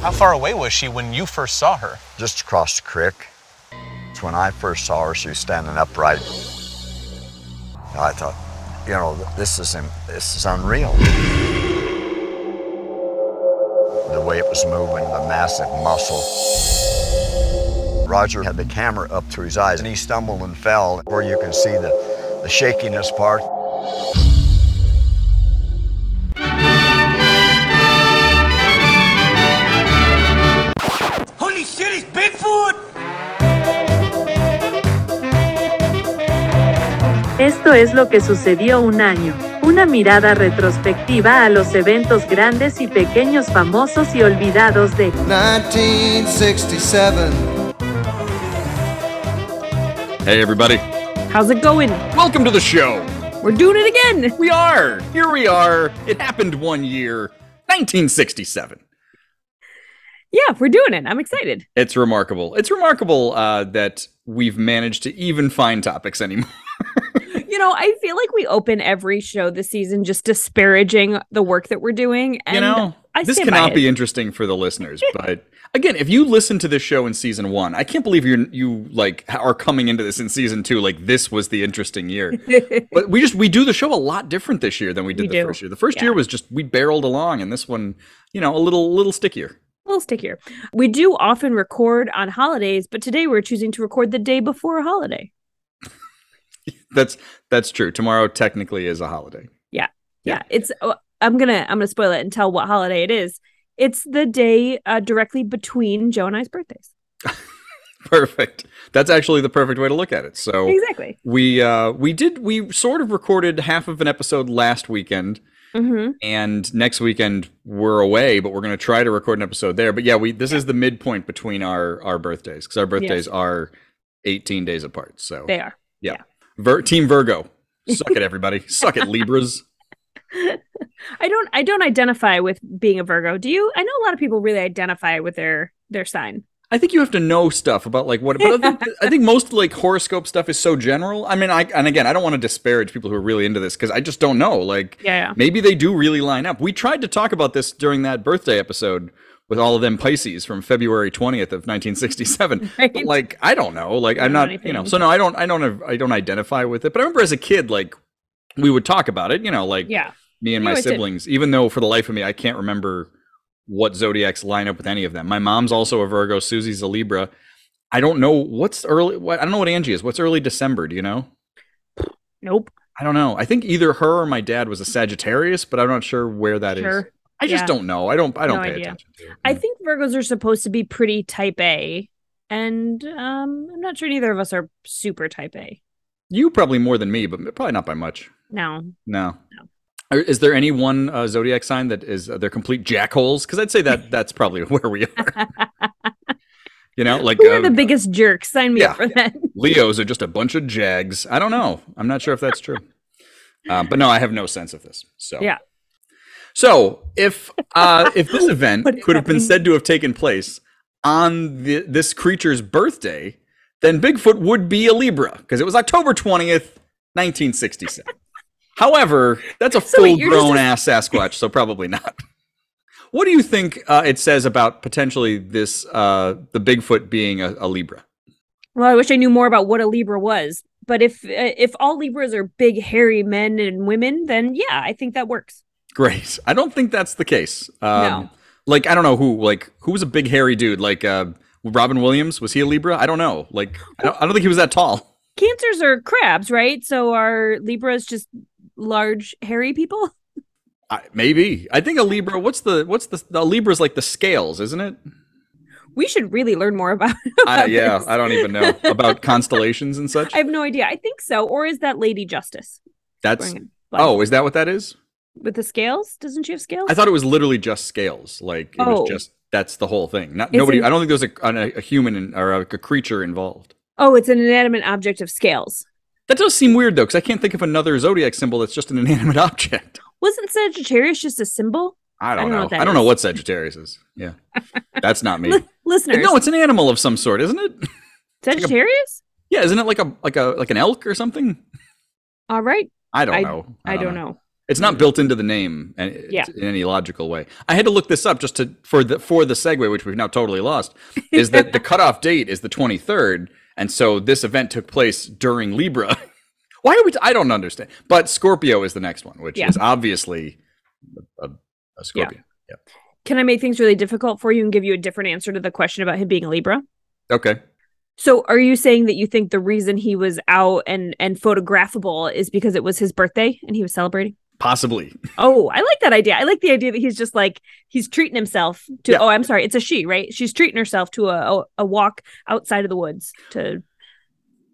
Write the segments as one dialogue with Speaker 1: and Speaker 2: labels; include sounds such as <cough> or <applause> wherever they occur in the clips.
Speaker 1: How far away was she when you first saw her?
Speaker 2: just across the creek. When I first saw her, she was standing upright. And I thought, you know, this is im- this is unreal. The way it was moving, the massive muscle. Roger had the camera up through his eyes, and he stumbled and fell, where you can see the, the shakiness part.
Speaker 3: Holy shit, it's Bigfoot!
Speaker 4: Esto es lo que sucedió un año. Una mirada retrospectiva a los eventos grandes y pequeños famosos y olvidados de
Speaker 5: 1967.
Speaker 6: Hey, everybody.
Speaker 7: How's it going?
Speaker 6: Welcome to the show.
Speaker 7: We're doing it again.
Speaker 6: We are. Here we are. It happened one year, 1967.
Speaker 7: Yeah, we're doing it. I'm excited.
Speaker 6: It's remarkable. It's remarkable uh, that we've managed to even find topics anymore.
Speaker 7: You know, I feel like we open every show this season just disparaging the work that we're doing. And
Speaker 6: you know,
Speaker 7: I
Speaker 6: this
Speaker 7: stand
Speaker 6: cannot
Speaker 7: by
Speaker 6: be
Speaker 7: it.
Speaker 6: interesting for the
Speaker 7: <laughs>
Speaker 6: listeners. But again, if you listen to this show in season one, I can't believe you're you like are coming into this in season two like this was the interesting
Speaker 7: <laughs>
Speaker 6: year. but we just we do the show a lot different this year than we did
Speaker 7: We
Speaker 6: the
Speaker 7: do.
Speaker 6: first year. The first
Speaker 7: Yeah.
Speaker 6: year was just we barreled along, and this one, you know, a little little stickier.
Speaker 7: a little stickier. We do often record on holidays, but today we're choosing to record the day before a holiday.
Speaker 6: That's that's true. Tomorrow technically is a holiday. <laughs>
Speaker 7: Yeah, it's. oh, I'm gonna I'm gonna spoil it and tell what holiday it is. It's the day uh, directly between Joe and I's birthdays.
Speaker 6: Perfect. That's actually the perfect way to look at it. So
Speaker 7: Exactly.
Speaker 6: we uh we did we sort of recorded half of an episode last weekend
Speaker 7: hmm
Speaker 6: and next weekend we're away but we're going to try to record an episode there but yeah we this is the midpoint between our our birthdays because our birthdays are 18 days apart so
Speaker 7: They are.
Speaker 6: Vir- team virgo suck it everybody suck it libras
Speaker 7: I don't I don't identify with being a Virgo. Do you? I know a lot of people really identify with their their sign.
Speaker 6: I think you have to know stuff about like what. But I think, I think most like horoscope stuff is so general. I mean, I and again, I don't want to disparage people who are really into this because I just don't know. Like,
Speaker 7: Yeah.
Speaker 6: maybe they do really line up. We tried to talk about this during that birthday episode with all of them Pisces from February twentieth of nineteen sixty
Speaker 7: <laughs>
Speaker 6: seven.
Speaker 7: Right.
Speaker 6: But like, I don't know. Like, I'm
Speaker 7: don't know
Speaker 6: not. You
Speaker 7: anything.
Speaker 6: know. So no, I don't. I don't. I don't identify with it. But I remember as a kid, like, we would talk about it. You know, like
Speaker 7: Yeah.
Speaker 6: me and
Speaker 7: You
Speaker 6: my
Speaker 7: always did.
Speaker 6: siblings, even though for the life of me, I can't remember what zodiacs line up with any of them. My mom's also a Virgo, Susie's a Libra. I don't know what's early. What, I don't know what Angie is. What's early December? Do you know?
Speaker 7: Nope.
Speaker 6: I don't know. I think either her or my dad was a Sagittarius, but I'm not sure where that is. mm.
Speaker 7: Sure.
Speaker 6: I just
Speaker 7: Yeah.
Speaker 6: don't know. I don't. I don't
Speaker 7: No
Speaker 6: pay
Speaker 7: idea.
Speaker 6: attention. To it.
Speaker 7: I think Virgos are supposed to be pretty type A. And um I'm not sure neither of us are super type A.
Speaker 6: you probably more than me, but probably not by much.
Speaker 7: No.
Speaker 6: No. Are- Is there any one uh, zodiac sign that is uh, they're complete jackholes? Because I'd say
Speaker 7: <laughs>
Speaker 6: that that's probably <laughs> where we are. you know, like
Speaker 7: Who are
Speaker 6: uh,
Speaker 7: the biggest jerks? Sign me
Speaker 6: yeah.
Speaker 7: up for that.
Speaker 6: Leos are just a bunch of jags. I don't know. I'm not sure if that's true. Um, but no, I have no sense of this. So
Speaker 7: Yeah.
Speaker 6: So if uh, if this event
Speaker 7: <laughs> What is
Speaker 6: could have been
Speaker 7: happening?
Speaker 6: said to have taken place on the, this creature's birthday, then Bigfoot would be a Libra because it was October 20th, 1967. However, that's a
Speaker 7: So
Speaker 6: full
Speaker 7: wait, you're just-
Speaker 6: grown ass Sasquatch, so probably not. What do you think uh, it says about potentially this uh, the Bigfoot being a, a Libra?
Speaker 7: Well, I wish I knew more about what a Libra was. But if uh, if all Libras are big hairy men and women, then yeah, I think that works.
Speaker 6: Great. I don't think that's the case. Um,
Speaker 7: No.
Speaker 6: Like I don't know who like who was a big hairy dude like uh, Robin Williams was he a Libra? I don't know. Like I don't, I don't think he was that tall.
Speaker 7: Cancers are crabs, right? So are Libras just large hairy people?
Speaker 6: I, maybe I think a Libra. What's the what's the the Libra's like the scales, isn't
Speaker 7: <laughs>
Speaker 6: it?
Speaker 7: We should really learn more about.
Speaker 6: I,
Speaker 7: about
Speaker 6: yeah,
Speaker 7: this.
Speaker 6: I don't even
Speaker 7: <laughs>
Speaker 6: know about constellations and such.
Speaker 7: I have no idea. I think so. Or is that Lady Justice?
Speaker 6: That's
Speaker 7: wearing a
Speaker 6: oh, is that what that is?
Speaker 7: with the scales? Doesn't she have scales?
Speaker 6: I thought it was literally just scales. Like it
Speaker 7: Oh.
Speaker 6: was just that's the whole thing. Not
Speaker 7: It's
Speaker 6: nobody.
Speaker 7: in-
Speaker 6: I don't think there's a a, a human in, or a, a creature involved.
Speaker 7: oh, it's an inanimate object of scales.
Speaker 6: That does seem weird though, because I can't think of another zodiac symbol that's just an inanimate <laughs> object.
Speaker 7: Wasn't Sagittarius just a symbol?
Speaker 6: I don't,
Speaker 7: don't know
Speaker 6: know.
Speaker 7: what that
Speaker 6: I don't know
Speaker 7: is.
Speaker 6: what Sagittarius is.
Speaker 7: <laughs>
Speaker 6: Yeah. That's not me.
Speaker 7: Li- listeners,
Speaker 6: no, it's an animal of some sort, isn't it?
Speaker 7: Sagittarius.
Speaker 6: Yeah, isn't it like a like a like an elk or something?
Speaker 7: All right,
Speaker 6: I don't
Speaker 7: I-
Speaker 6: know.
Speaker 7: I don't know.
Speaker 6: It's not built into the name and-
Speaker 8: Yeah.
Speaker 6: in any logical way. I had to look this up just to for the for the segue, which we've now totally lost. Is that
Speaker 7: <laughs>
Speaker 6: the cutoff date is the twenty third, and so this event took place during Libra. <laughs> Why are we? T- I don't understand. But Scorpio is the next one, which
Speaker 8: Yeah.
Speaker 6: is obviously a, a- a Scorpio.
Speaker 8: Can I make things really difficult for you and give you a different answer to the question about him being a Libra?
Speaker 6: Okay.
Speaker 8: So are you saying that you think the reason he was out and and photographable is because it was his birthday and he was celebrating?
Speaker 6: Possibly.
Speaker 8: Oh, I like that idea. I like the idea that he's just like he's treating himself to
Speaker 6: Yeah.
Speaker 8: Oh, I'm sorry. It's a she, right? She's treating herself to a a, a walk outside of the woods to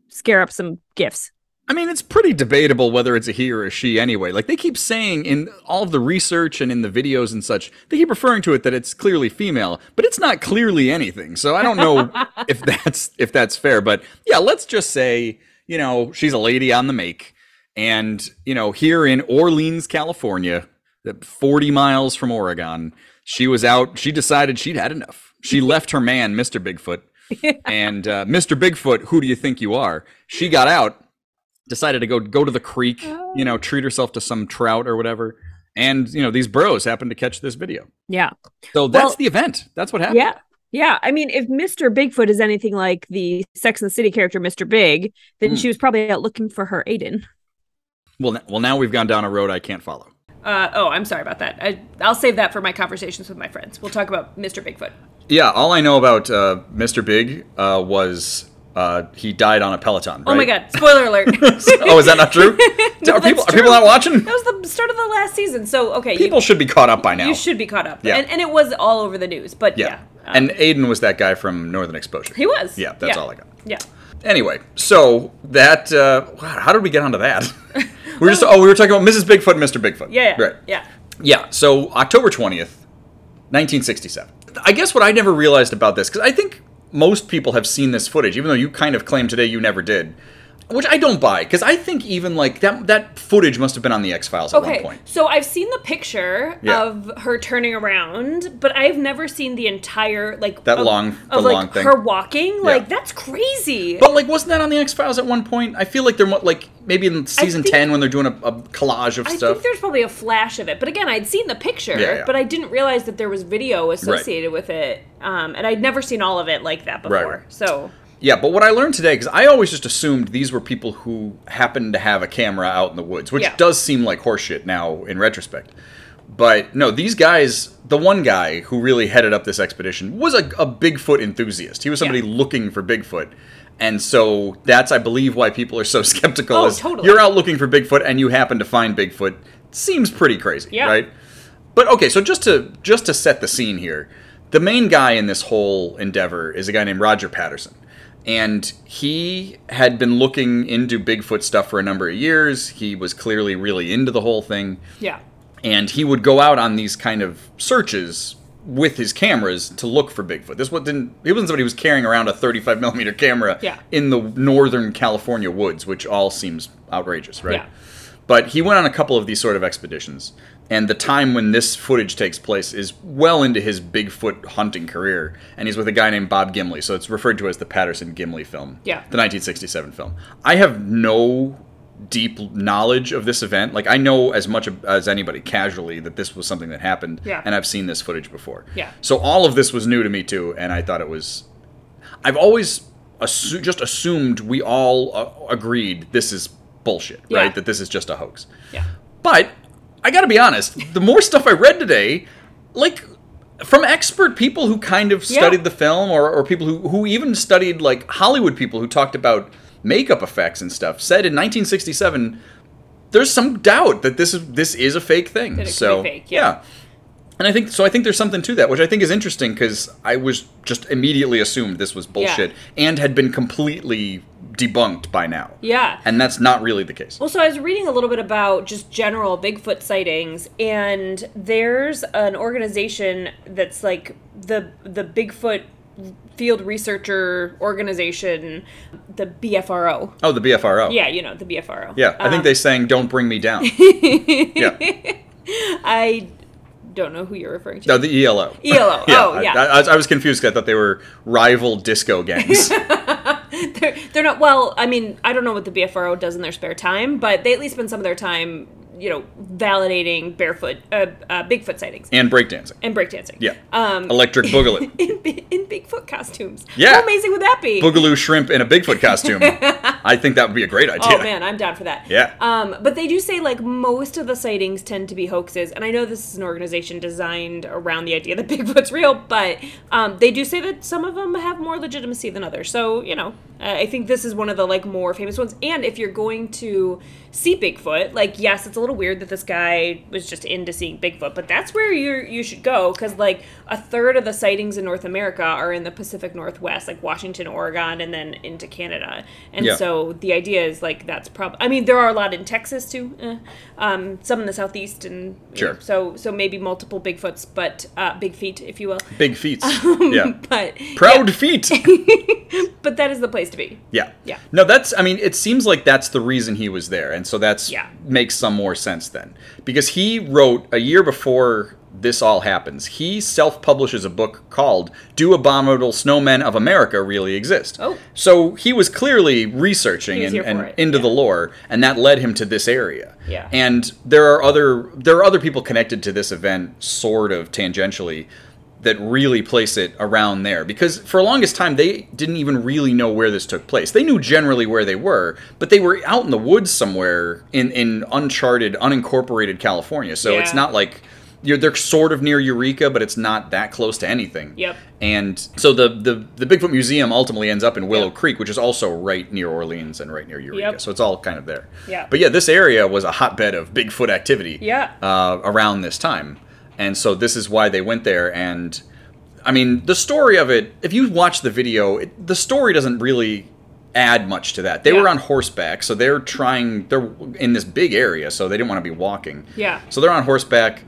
Speaker 8: scare up some gifts.
Speaker 6: I mean, it's pretty debatable whether it's a he or a she anyway. Like, they keep saying in all of the research and in the videos and such, they keep referring to it that it's clearly female, but it's not clearly anything. So I don't know if that's if that's fair. But yeah, let's just say, you know, she's a lady on the make. And, you know, here in Orleans, California, that 40 miles from Oregon, she was out. She decided she'd had enough. She left her man, Mr. Bigfoot. and uh, Mr. Bigfoot, who do you think you are? She got out, decided to go go to the creek, you
Speaker 7: Oh.
Speaker 6: know, treat herself to some trout or whatever. And, you know, these bros happened to catch this video.
Speaker 8: Yeah.
Speaker 6: So that's
Speaker 8: Well-
Speaker 6: the event. That's what happened.
Speaker 8: Yeah. Yeah. I mean, if Mr. Bigfoot is anything like the Sex and the City character, Mr. Big, then
Speaker 7: Hmm.
Speaker 6: Mm.
Speaker 8: she was probably out looking for her Aiden.
Speaker 6: Well, n- well, now we've gone down a road I can't follow.
Speaker 7: Uh, oh, I'm sorry about that. I, I'll save that for my conversations with my friends. We'll talk about Mr. Bigfoot.
Speaker 6: Yeah, all I know about uh, Mr. Big uh, was uh, he died on a Peloton.
Speaker 7: Oh my
Speaker 6: right?
Speaker 7: god! Spoiler alert.
Speaker 6: <laughs>
Speaker 7: <laughs>
Speaker 6: oh, is that not true?
Speaker 7: No,
Speaker 6: are people are
Speaker 7: that's
Speaker 6: people
Speaker 7: true.
Speaker 6: not watching?
Speaker 7: That was the start of the last season, so okay,
Speaker 6: People should be caught up by now.
Speaker 7: you, you should be caught up.
Speaker 6: Yeah.
Speaker 7: And, and it was all over the news, but
Speaker 6: Yeah.
Speaker 7: yeah, Uh,
Speaker 6: and Aiden was that guy from Northern Exposure.
Speaker 7: he was.
Speaker 6: Yeah, that's all I got.
Speaker 7: Yeah.
Speaker 6: Anyway, so that uh, wow, how did we get onto
Speaker 7: <laughs>
Speaker 6: that? we were just oh, we were talking about Mrs. Bigfoot, and Mr. Bigfoot.
Speaker 7: Yeah. Yeah.
Speaker 6: Right.
Speaker 7: yeah.
Speaker 6: Yeah, so October 20th, 1967. I guess what I never realized about this, because I think most people have seen this footage, even though you kind of claim today you never did, which I don't buy, because I think even like that that footage must have been on the X Files at one
Speaker 7: Okay,
Speaker 6: point.
Speaker 7: so I've seen the picture
Speaker 6: Yeah.
Speaker 7: of her turning around, but I've never seen the entire like
Speaker 6: That
Speaker 7: of-
Speaker 6: long-
Speaker 7: of
Speaker 6: the
Speaker 7: like
Speaker 6: long thing.
Speaker 7: her walking. Like that's crazy.
Speaker 6: But like, wasn't that on the X Files at one point? I feel like they're mo- like maybe in season
Speaker 7: think-
Speaker 6: ten when they're doing a, a collage of
Speaker 7: I
Speaker 6: stuff.
Speaker 7: think there's probably a flash of it, but again, I'd seen the picture,
Speaker 6: Yeah, yeah.
Speaker 7: but I didn't realize that there was video associated with it, um, and I'd never seen all of it like that
Speaker 6: Right,
Speaker 7: before.
Speaker 6: right.
Speaker 7: So
Speaker 6: Yeah, but what I learned today, because I always just assumed these were people who happened to have a camera out in the woods, which
Speaker 7: Yeah.
Speaker 6: does seem like horseshit now in retrospect. But no, these guys, the one guy who really headed up this expedition was a, a Bigfoot enthusiast. He was somebody looking for Bigfoot. And so that's, I believe, why people are so <laughs> skeptical.
Speaker 7: Oh,
Speaker 6: is
Speaker 7: totally.
Speaker 6: You're out looking for Bigfoot and you happen to find Bigfoot. Seems pretty crazy,
Speaker 7: Yeah.
Speaker 6: right? But okay, so just to just to set the scene here, the main guy in this whole endeavor is a guy named Roger Patterson. And he had been looking into Bigfoot stuff for a number of years. He was clearly really into the whole thing.
Speaker 7: yeah,
Speaker 6: And he would go out on these kind of searches with his cameras to look for Bigfoot. This what didn't he wasn't somebody who was carrying around a 35 millimeter camera
Speaker 7: Yeah.
Speaker 6: in the northern California woods, which all seems outrageous, right?
Speaker 7: Yeah.
Speaker 6: But he went on a couple of these sort of expeditions, and the time when this footage takes place is well into his Bigfoot hunting career, and he's with a guy named Bob Gimley, so it's referred to as the Patterson Gimley film,
Speaker 7: Yeah.
Speaker 6: the 1967 film. I have no deep knowledge of this event. Like I know as much ab- as anybody casually that this was something that happened,
Speaker 7: Yeah.
Speaker 6: and I've seen this footage before.
Speaker 7: Yeah.
Speaker 6: So all of this was new to me too, and I thought it was I've always assu- just assumed we all uh, agreed this is bullshit,
Speaker 7: Yeah.
Speaker 6: right? That this is just a hoax.
Speaker 7: yeah.
Speaker 6: But I got to be honest, the more stuff I read today, like from expert people who kind of
Speaker 7: Yeah.
Speaker 6: studied the film or, or people who, who even studied like Hollywood people who talked about makeup effects and stuff, said in 1967 there's some doubt that this is this is a fake thing.
Speaker 7: That it could
Speaker 6: so
Speaker 7: be fake, yeah.
Speaker 6: And I think so. I think there's something to that, which I think is interesting because I was just immediately assumed this was bullshit and had been completely debunked by now.
Speaker 7: Yeah.
Speaker 6: and that's not really the case.
Speaker 7: Well, so I was reading a little bit about just general Bigfoot sightings, and there's an organization that's like the the Bigfoot field researcher organization, the BFRO.
Speaker 6: Oh, the BFRO.
Speaker 7: Yeah, you know the BFRO.
Speaker 6: Yeah, I think they sang "Don't Bring Me
Speaker 7: <laughs>
Speaker 6: Down." yeah,
Speaker 7: I don't know who you're referring to.
Speaker 6: no, the
Speaker 7: <laughs>
Speaker 6: ELO. <laughs>
Speaker 7: ELO.
Speaker 6: Yeah,
Speaker 7: oh, yeah.
Speaker 6: I, I, was- I was confused 'cause I thought they were rival disco
Speaker 7: <laughs>
Speaker 6: gangs.
Speaker 7: they're, they're not well i mean i don't know what the bfro does in their spare time but they at least spend some of their time you know validating barefoot uh, uh, Bigfoot sightings
Speaker 6: and breakdancing.
Speaker 7: and breakdancing.
Speaker 6: Yeah.
Speaker 7: Um, <laughs>
Speaker 6: Electric boogaloo.
Speaker 7: in, Bi- in Bigfoot costumes.
Speaker 6: Yeah.
Speaker 7: How amazing would that be?
Speaker 6: boogaloo shrimp in a Bigfoot
Speaker 7: <laughs>
Speaker 6: costume. I think that would be a great idea.
Speaker 7: Oh man, I'm down for that.
Speaker 6: Yeah.
Speaker 7: Um, but they do say like most of the sightings tend to be hoaxes, and I know this is an organization designed around the idea that <laughs> Bigfoot's real, but um, they do say that some of them have more legitimacy than others. So you know, uh, I think this is one of the like more famous ones. And if you're going to see Bigfoot, like yes, it's a little weird that this guy was just into seeing Bigfoot, but that's where you you should go because like a third of the sightings in North America are in the Pacific Northwest, like Washington, Oregon, and then into Canada, and
Speaker 6: Yeah.
Speaker 7: so so the idea is like that's probably. I mean, there are a lot in Texas too, eh. um, some in the southeast, and you
Speaker 6: Sure.
Speaker 7: know, so so maybe multiple Bigfoots, but uh, big feet, if you will. <laughs>
Speaker 6: Big feet.
Speaker 7: Um,
Speaker 6: Yeah.
Speaker 7: But
Speaker 6: Proud
Speaker 7: <laughs>
Speaker 6: feet.
Speaker 7: but that is the place to be.
Speaker 6: Yeah.
Speaker 7: Yeah.
Speaker 6: No, that's I mean, it seems like that's the reason he was there. And so that's
Speaker 7: Yeah.
Speaker 6: makes some more sense then. Because he wrote a year before this all happens, he self-publishes a book called Do Abominable Snowmen of America Really Exist?
Speaker 7: Oh.
Speaker 6: So he was clearly researching
Speaker 7: He was
Speaker 6: and,
Speaker 7: here for
Speaker 6: and
Speaker 7: it,
Speaker 6: into
Speaker 7: yeah.
Speaker 6: the lore, and that led him to this area.
Speaker 7: Yeah.
Speaker 6: And there are other there are other people connected to this event sort of tangentially that really place it around there because for the longest time they didn't even really know where this took place. They knew generally where they were, but they were out in the woods somewhere in in uncharted, unincorporated California. So it's
Speaker 7: Yeah.
Speaker 6: not like you're they're sort of near Eureka, but it's not that close to anything.
Speaker 7: Yep.
Speaker 6: And so the the, the Bigfoot Museum ultimately ends up in Willow Creek, which is also right near Orleans and right near Eureka.
Speaker 7: Yep.
Speaker 6: So it's all kind of there.
Speaker 7: Yeah.
Speaker 6: But yeah, this area was a hotbed of Bigfoot activity.
Speaker 7: Yeah.
Speaker 6: Uh, around this time, and so this is why they went there. And I mean, the story of it. If you watch the video, it, the story doesn't really add much to that. They
Speaker 7: Yeah.
Speaker 6: were on horseback, so they're trying. They're in this big area, so they didn't want to be walking.
Speaker 7: Yeah.
Speaker 6: So they're on horseback.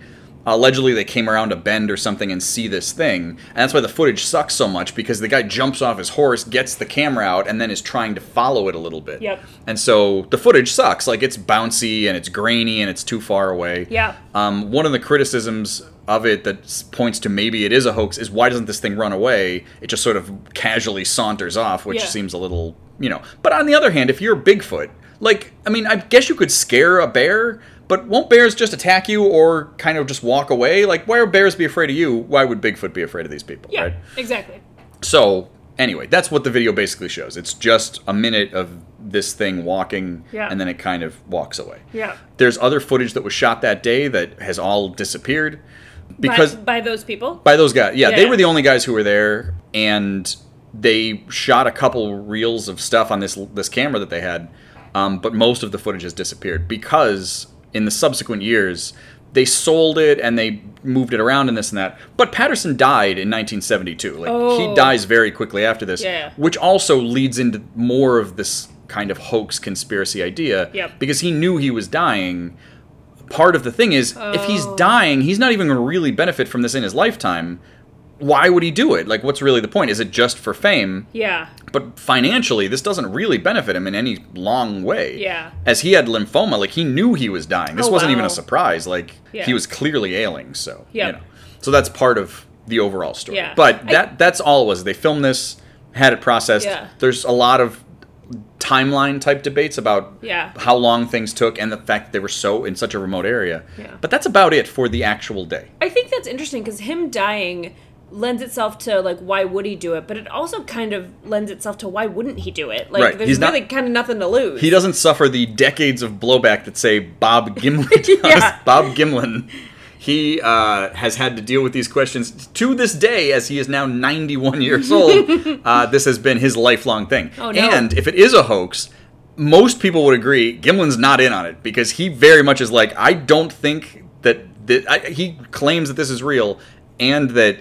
Speaker 6: Allegedly, they came around a bend or something and see this thing, and that's why the footage sucks so much because the guy jumps off his horse, gets the camera out, and then is trying to follow it a little bit.
Speaker 7: Yep.
Speaker 6: And so the footage sucks. Like it's bouncy and it's grainy and it's too far away.
Speaker 7: Yeah.
Speaker 6: Um, one of the criticisms of it that s- points to maybe it is a hoax is why doesn't this thing run away? It just sort of casually saunters off, which
Speaker 7: Yeah.
Speaker 6: seems a little, you know. But on the other hand, if you're Bigfoot, like, I mean, I guess you could scare a bear, but won't bears just attack you or kind of just walk away? Like, why would bears be afraid of you? Why would Bigfoot be afraid of these people,
Speaker 7: Yeah.
Speaker 6: right?
Speaker 7: Exactly.
Speaker 6: So anyway, that's what the video basically shows. It's just a minute of this thing walking,
Speaker 7: Yeah.
Speaker 6: and then it kind of walks away.
Speaker 7: Yeah.
Speaker 6: There's other footage that was shot that day that has all disappeared because
Speaker 7: by, by those people.
Speaker 6: by those guys. Yeah, they
Speaker 7: Yeah.
Speaker 6: were the only guys who were there, and they shot a couple reels of stuff on this this camera that they had, um, but most of the footage has disappeared because in the subsequent years they sold it and they moved it around and this and that. But Patterson died in 1972. Like he
Speaker 7: Oh.
Speaker 6: dies very quickly after this,
Speaker 7: Yeah.
Speaker 6: which also leads into more of this kind of hoax conspiracy idea
Speaker 7: Yep.
Speaker 6: because he knew he was dying part of the thing is if he's dying, he's not even going to really benefit from this in his lifetime. Why would he do it? Like, what's really the point? Is it just for fame?
Speaker 7: yeah.
Speaker 6: But financially, this doesn't really benefit him in any long way.
Speaker 7: Yeah.
Speaker 6: As he had lymphoma, like, he knew he was dying. This
Speaker 7: Oh,
Speaker 6: wasn't even
Speaker 7: wow.
Speaker 6: a surprise. Like,
Speaker 7: Yeah.
Speaker 6: he was clearly ailing. So,
Speaker 7: Yeah.
Speaker 6: you know. So that's part of the overall story.
Speaker 7: Yeah.
Speaker 6: But
Speaker 7: I-
Speaker 6: that that's all it was. They filmed this, had it processed.
Speaker 7: Yeah.
Speaker 6: There's a lot of timeline type debates about
Speaker 7: Yeah.
Speaker 6: how long things took and the fact that they were so in such a remote area.
Speaker 7: Yeah.
Speaker 6: But that's about it for the actual day.
Speaker 7: I think that's interesting because him dying lends itself to like why would he do it, but it also kind of lends itself to why wouldn't he do it? Like
Speaker 6: Right,
Speaker 7: there's
Speaker 6: he's not-
Speaker 7: really kind of nothing to lose.
Speaker 6: He doesn't suffer the decades of blowback that say
Speaker 7: <laughs>
Speaker 6: Bob Gimlin does.
Speaker 7: Yeah.
Speaker 6: Bob Gimlin. He uh, has had to deal with these questions to this day, as he is now 91 years
Speaker 7: <laughs>
Speaker 6: old. uh, this has been his lifelong thing.
Speaker 7: Oh, no.
Speaker 6: And if it is a hoax, most people would agree Gimlin's not in on it because he very much is like, I don't think that thi- I, he claims that this is real and that i-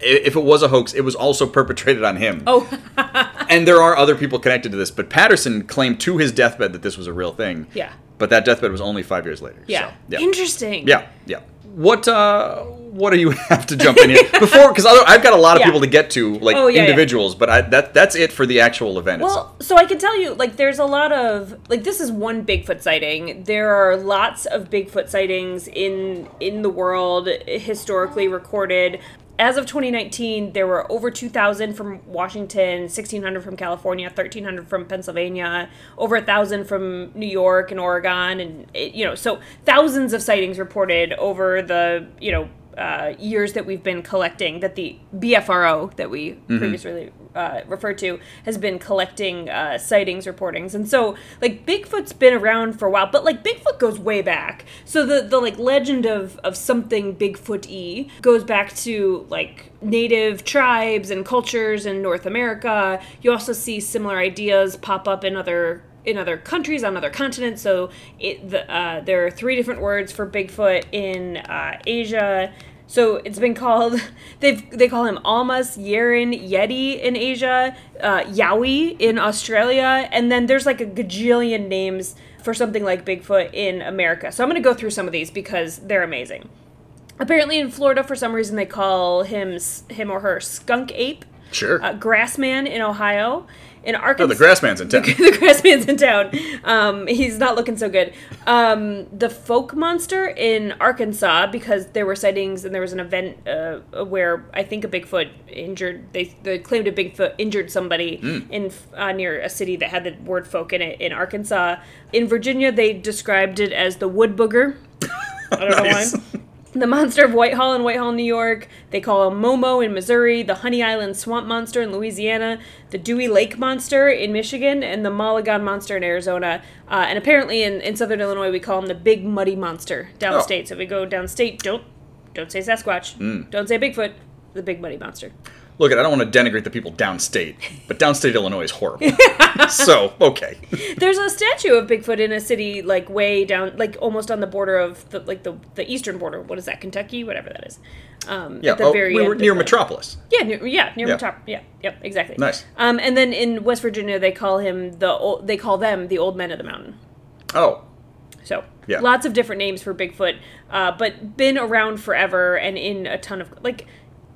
Speaker 6: if it was a hoax, it was also perpetrated on him.
Speaker 7: Oh.
Speaker 6: <laughs> and there are other people connected to this, but Patterson claimed to his deathbed that this was a real thing.
Speaker 7: Yeah.
Speaker 6: But that deathbed was only five years later.
Speaker 7: Yeah.
Speaker 6: So, yeah.
Speaker 7: Interesting.
Speaker 6: Yeah. Yeah. What uh what do you <laughs> have to jump in
Speaker 7: <laughs>
Speaker 6: here before? Because I've got a lot of
Speaker 7: Yeah.
Speaker 6: people to get to, like
Speaker 7: Oh, yeah, yeah.
Speaker 6: individuals, but I, that that's it for the actual event. itself.
Speaker 7: Well, so I can tell you, like, there's a lot of like this is one Bigfoot sighting. There are lots of Bigfoot sightings in in the world historically recorded. as of 2019, there were over 2,000 from Washington, 1,600 from California, 1,300 from Pennsylvania, over 1,000 from New York and Oregon, and it, you know, so thousands of sightings reported over the you know uh, years that we've been collecting that the BFRO that we previously uh, referred to has been collecting uh, sightings reportings, and so like Bigfoot's been around for a while, but like Bigfoot goes way back. So the the like legend of of something Bigfoot-y goes back to like native tribes and cultures in North America. You also see similar ideas pop up in other in other countries on other continents. So it, the, uh, there are three different words for Bigfoot in uh, Asia. So it's been called <laughs> they've they call him Almas, Yeren, Yeti in Asia, uh, Yowie in Australia, and then there's like a gajillion names for something like Bigfoot in America. So I'm gonna go through some of these because they're amazing. Apparently in Florida, for some reason, they call him s- him or her skunk ape,
Speaker 6: Sure.
Speaker 7: uh, grassman in Ohio, in
Speaker 6: oh,
Speaker 7: Arkansas.
Speaker 6: the grass man's in
Speaker 7: <laughs>
Speaker 6: town.
Speaker 7: the grass man's in town. Um, he's not looking so good. Um, the folk monster in Arkansas, because there were sightings and there was an event uh, where I think a Bigfoot injured. They, they claimed a Bigfoot injured somebody in uh, near a city that had the word folk in it in Arkansas. In Virginia, they described it as the wood booger. I don't
Speaker 6: Nice.
Speaker 7: know why. The monster of Whitehall in Whitehall, New York. They call him Momo in Missouri, the Honey Island swamp monster in Louisiana, the Dewey Lake monster in Michigan, and the Mulligan monster in Arizona. Uh, and apparently in, in southern Illinois, we call him the Big Muddy Monster
Speaker 6: Oh.
Speaker 7: downstate. So if we go downstate, don't don't say Sasquatch,
Speaker 6: Hmm.
Speaker 7: don't say Bigfoot, the Big Muddy Monster.
Speaker 6: Look, I don't want to denigrate the people downstate, but downstate Illinois is
Speaker 7: <laughs>
Speaker 6: horrible. so okay,
Speaker 7: There's a statue of Bigfoot in a city like way down, like almost on the border of the like the the eastern border. What is that? Kentucky, whatever that is. Um,
Speaker 6: yeah,
Speaker 7: at the
Speaker 6: oh,
Speaker 7: very
Speaker 6: we were
Speaker 7: end
Speaker 6: near
Speaker 7: of the-
Speaker 6: Metropolis.
Speaker 7: Yeah, near, yeah, near
Speaker 6: Yeah.
Speaker 7: the top. Yeah, yep, exactly.
Speaker 6: Nice.
Speaker 7: Um, and then in West Virginia, they call him the old, they call them the old men of the mountain.
Speaker 6: Oh,
Speaker 7: So
Speaker 6: Yeah.
Speaker 7: lots of different names for Bigfoot, uh, but been around forever and in a ton of like,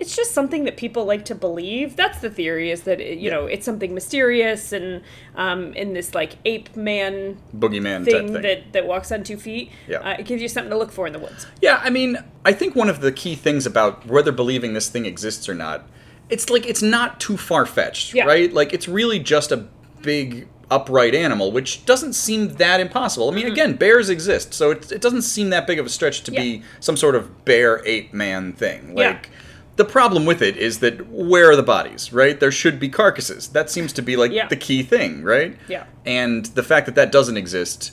Speaker 7: it's just something that people like to believe. That's the theory is that it, you know it's something mysterious and um, in this like ape man
Speaker 6: boogeyman type
Speaker 7: thing,
Speaker 6: thing.
Speaker 7: that that walks on two feet.
Speaker 6: Yeah.
Speaker 7: Uh, it gives you something to look for in the woods.
Speaker 6: Yeah, I mean, I think one of the key things about whether believing this thing exists or not, it's like it's not too far fetched,
Speaker 7: Yeah.
Speaker 6: right? Like it's really just a big upright animal, which doesn't seem that impossible. I
Speaker 7: Mm-hmm.
Speaker 6: mean, again, bears exist, so it, it doesn't seem that big of a stretch to
Speaker 7: Yeah.
Speaker 6: be some sort of bear ape man thing.
Speaker 7: Yeah.
Speaker 6: Like the problem with it is that where are the bodies, right? There should be carcasses. That seems to be like
Speaker 7: Yeah.
Speaker 6: the key thing, right?
Speaker 7: Yeah.
Speaker 6: And the fact that that doesn't exist,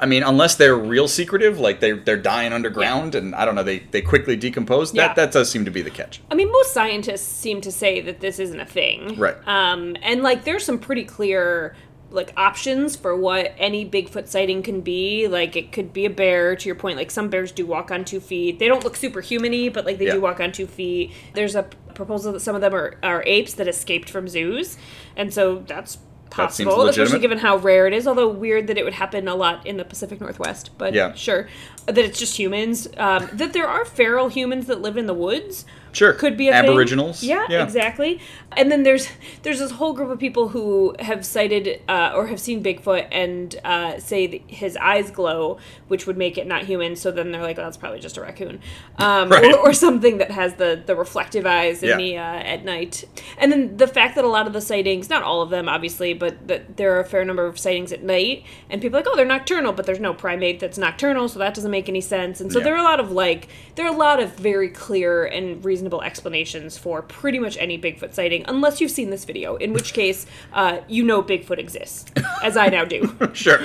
Speaker 6: I mean, unless they're real secretive, like they they're dying underground, and I don't know, they they quickly decompose.
Speaker 7: Yeah.
Speaker 6: That that does seem to be the catch.
Speaker 7: I mean, most scientists seem to say that this isn't a thing.
Speaker 6: Right.
Speaker 7: Um, and like, there's some pretty clear like options for what any Bigfoot sighting can be. Like, it could be a bear. To your point, like some bears do walk on two feet. They don't look superhuman-y, but like they
Speaker 6: Yeah.
Speaker 7: do walk on two feet. There's a p- proposal that some of them are are apes that escaped from zoos, and so that's
Speaker 6: That seems
Speaker 7: possible, especially
Speaker 6: legitimate.
Speaker 7: given how rare it is. Although weird that it would happen a lot in the Pacific Northwest, but
Speaker 6: Yeah.
Speaker 7: sure. That it's just humans. Um, that there are feral humans that live in the woods
Speaker 6: Sure.
Speaker 7: could be a thing.
Speaker 6: Aboriginals.
Speaker 7: Yeah,
Speaker 6: Yeah.
Speaker 7: exactly. And then there's there's this whole group of people who have sighted uh, or have seen Bigfoot and uh, say that his eyes glow, which would make it not human. So then they're like, oh, that's probably just a raccoon, um,
Speaker 6: Right.
Speaker 7: or, or something that has the the reflective eyes in
Speaker 6: Yeah.
Speaker 7: the uh, at night. And then the fact that a lot of the sightings, not all of them, obviously, but that there are a fair number of sightings at night, and people are like, oh, they're nocturnal, but there's no primate that's nocturnal, so that doesn't make any sense. And so
Speaker 6: Yeah.
Speaker 7: there are a lot of like, there are a lot of very clear and reasonable explanations for pretty much any Bigfoot sighting, unless you've seen this video, in
Speaker 6: <laughs>
Speaker 7: which case, uh, you know Bigfoot exists, as I now
Speaker 6: <laughs>
Speaker 7: do.
Speaker 6: Sure.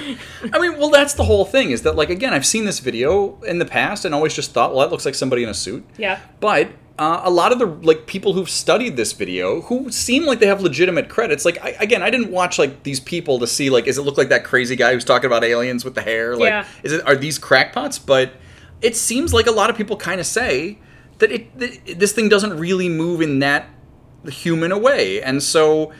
Speaker 6: I mean, well, that's the whole thing is that, like, again, I've seen this video in the past and always just thought, well, that looks like somebody in a suit.
Speaker 7: Yeah.
Speaker 6: But uh, a lot of the, like, people who've studied this video who seem like they have legitimate credits, like, I, again, I didn't watch, like, these people to see, like, is it look like that crazy guy who's talking about aliens with the hair? Like,
Speaker 7: Yeah.
Speaker 6: is it, are these crackpots? But it seems like a lot of people kind of say that it, that this thing doesn't really move in that human away. And so,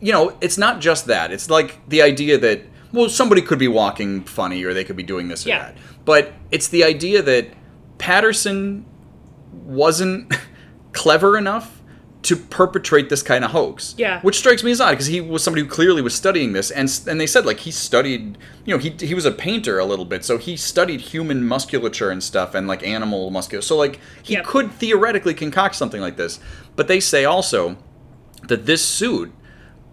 Speaker 6: you know, it's not just that. It's like the idea that, well, somebody could be walking funny or they could be doing this or
Speaker 7: Yeah.
Speaker 6: that. But it's the idea that Patterson wasn't clever enough to perpetrate this kind of hoax.
Speaker 7: Yeah.
Speaker 6: Which strikes me as odd because he was somebody who clearly was studying this, and s- and they said like he studied, you know, he he was a painter a little bit, so he studied human musculature and stuff, and like animal musculature. So like he
Speaker 7: Yep.
Speaker 6: could theoretically concoct something like this, but they say also that this suit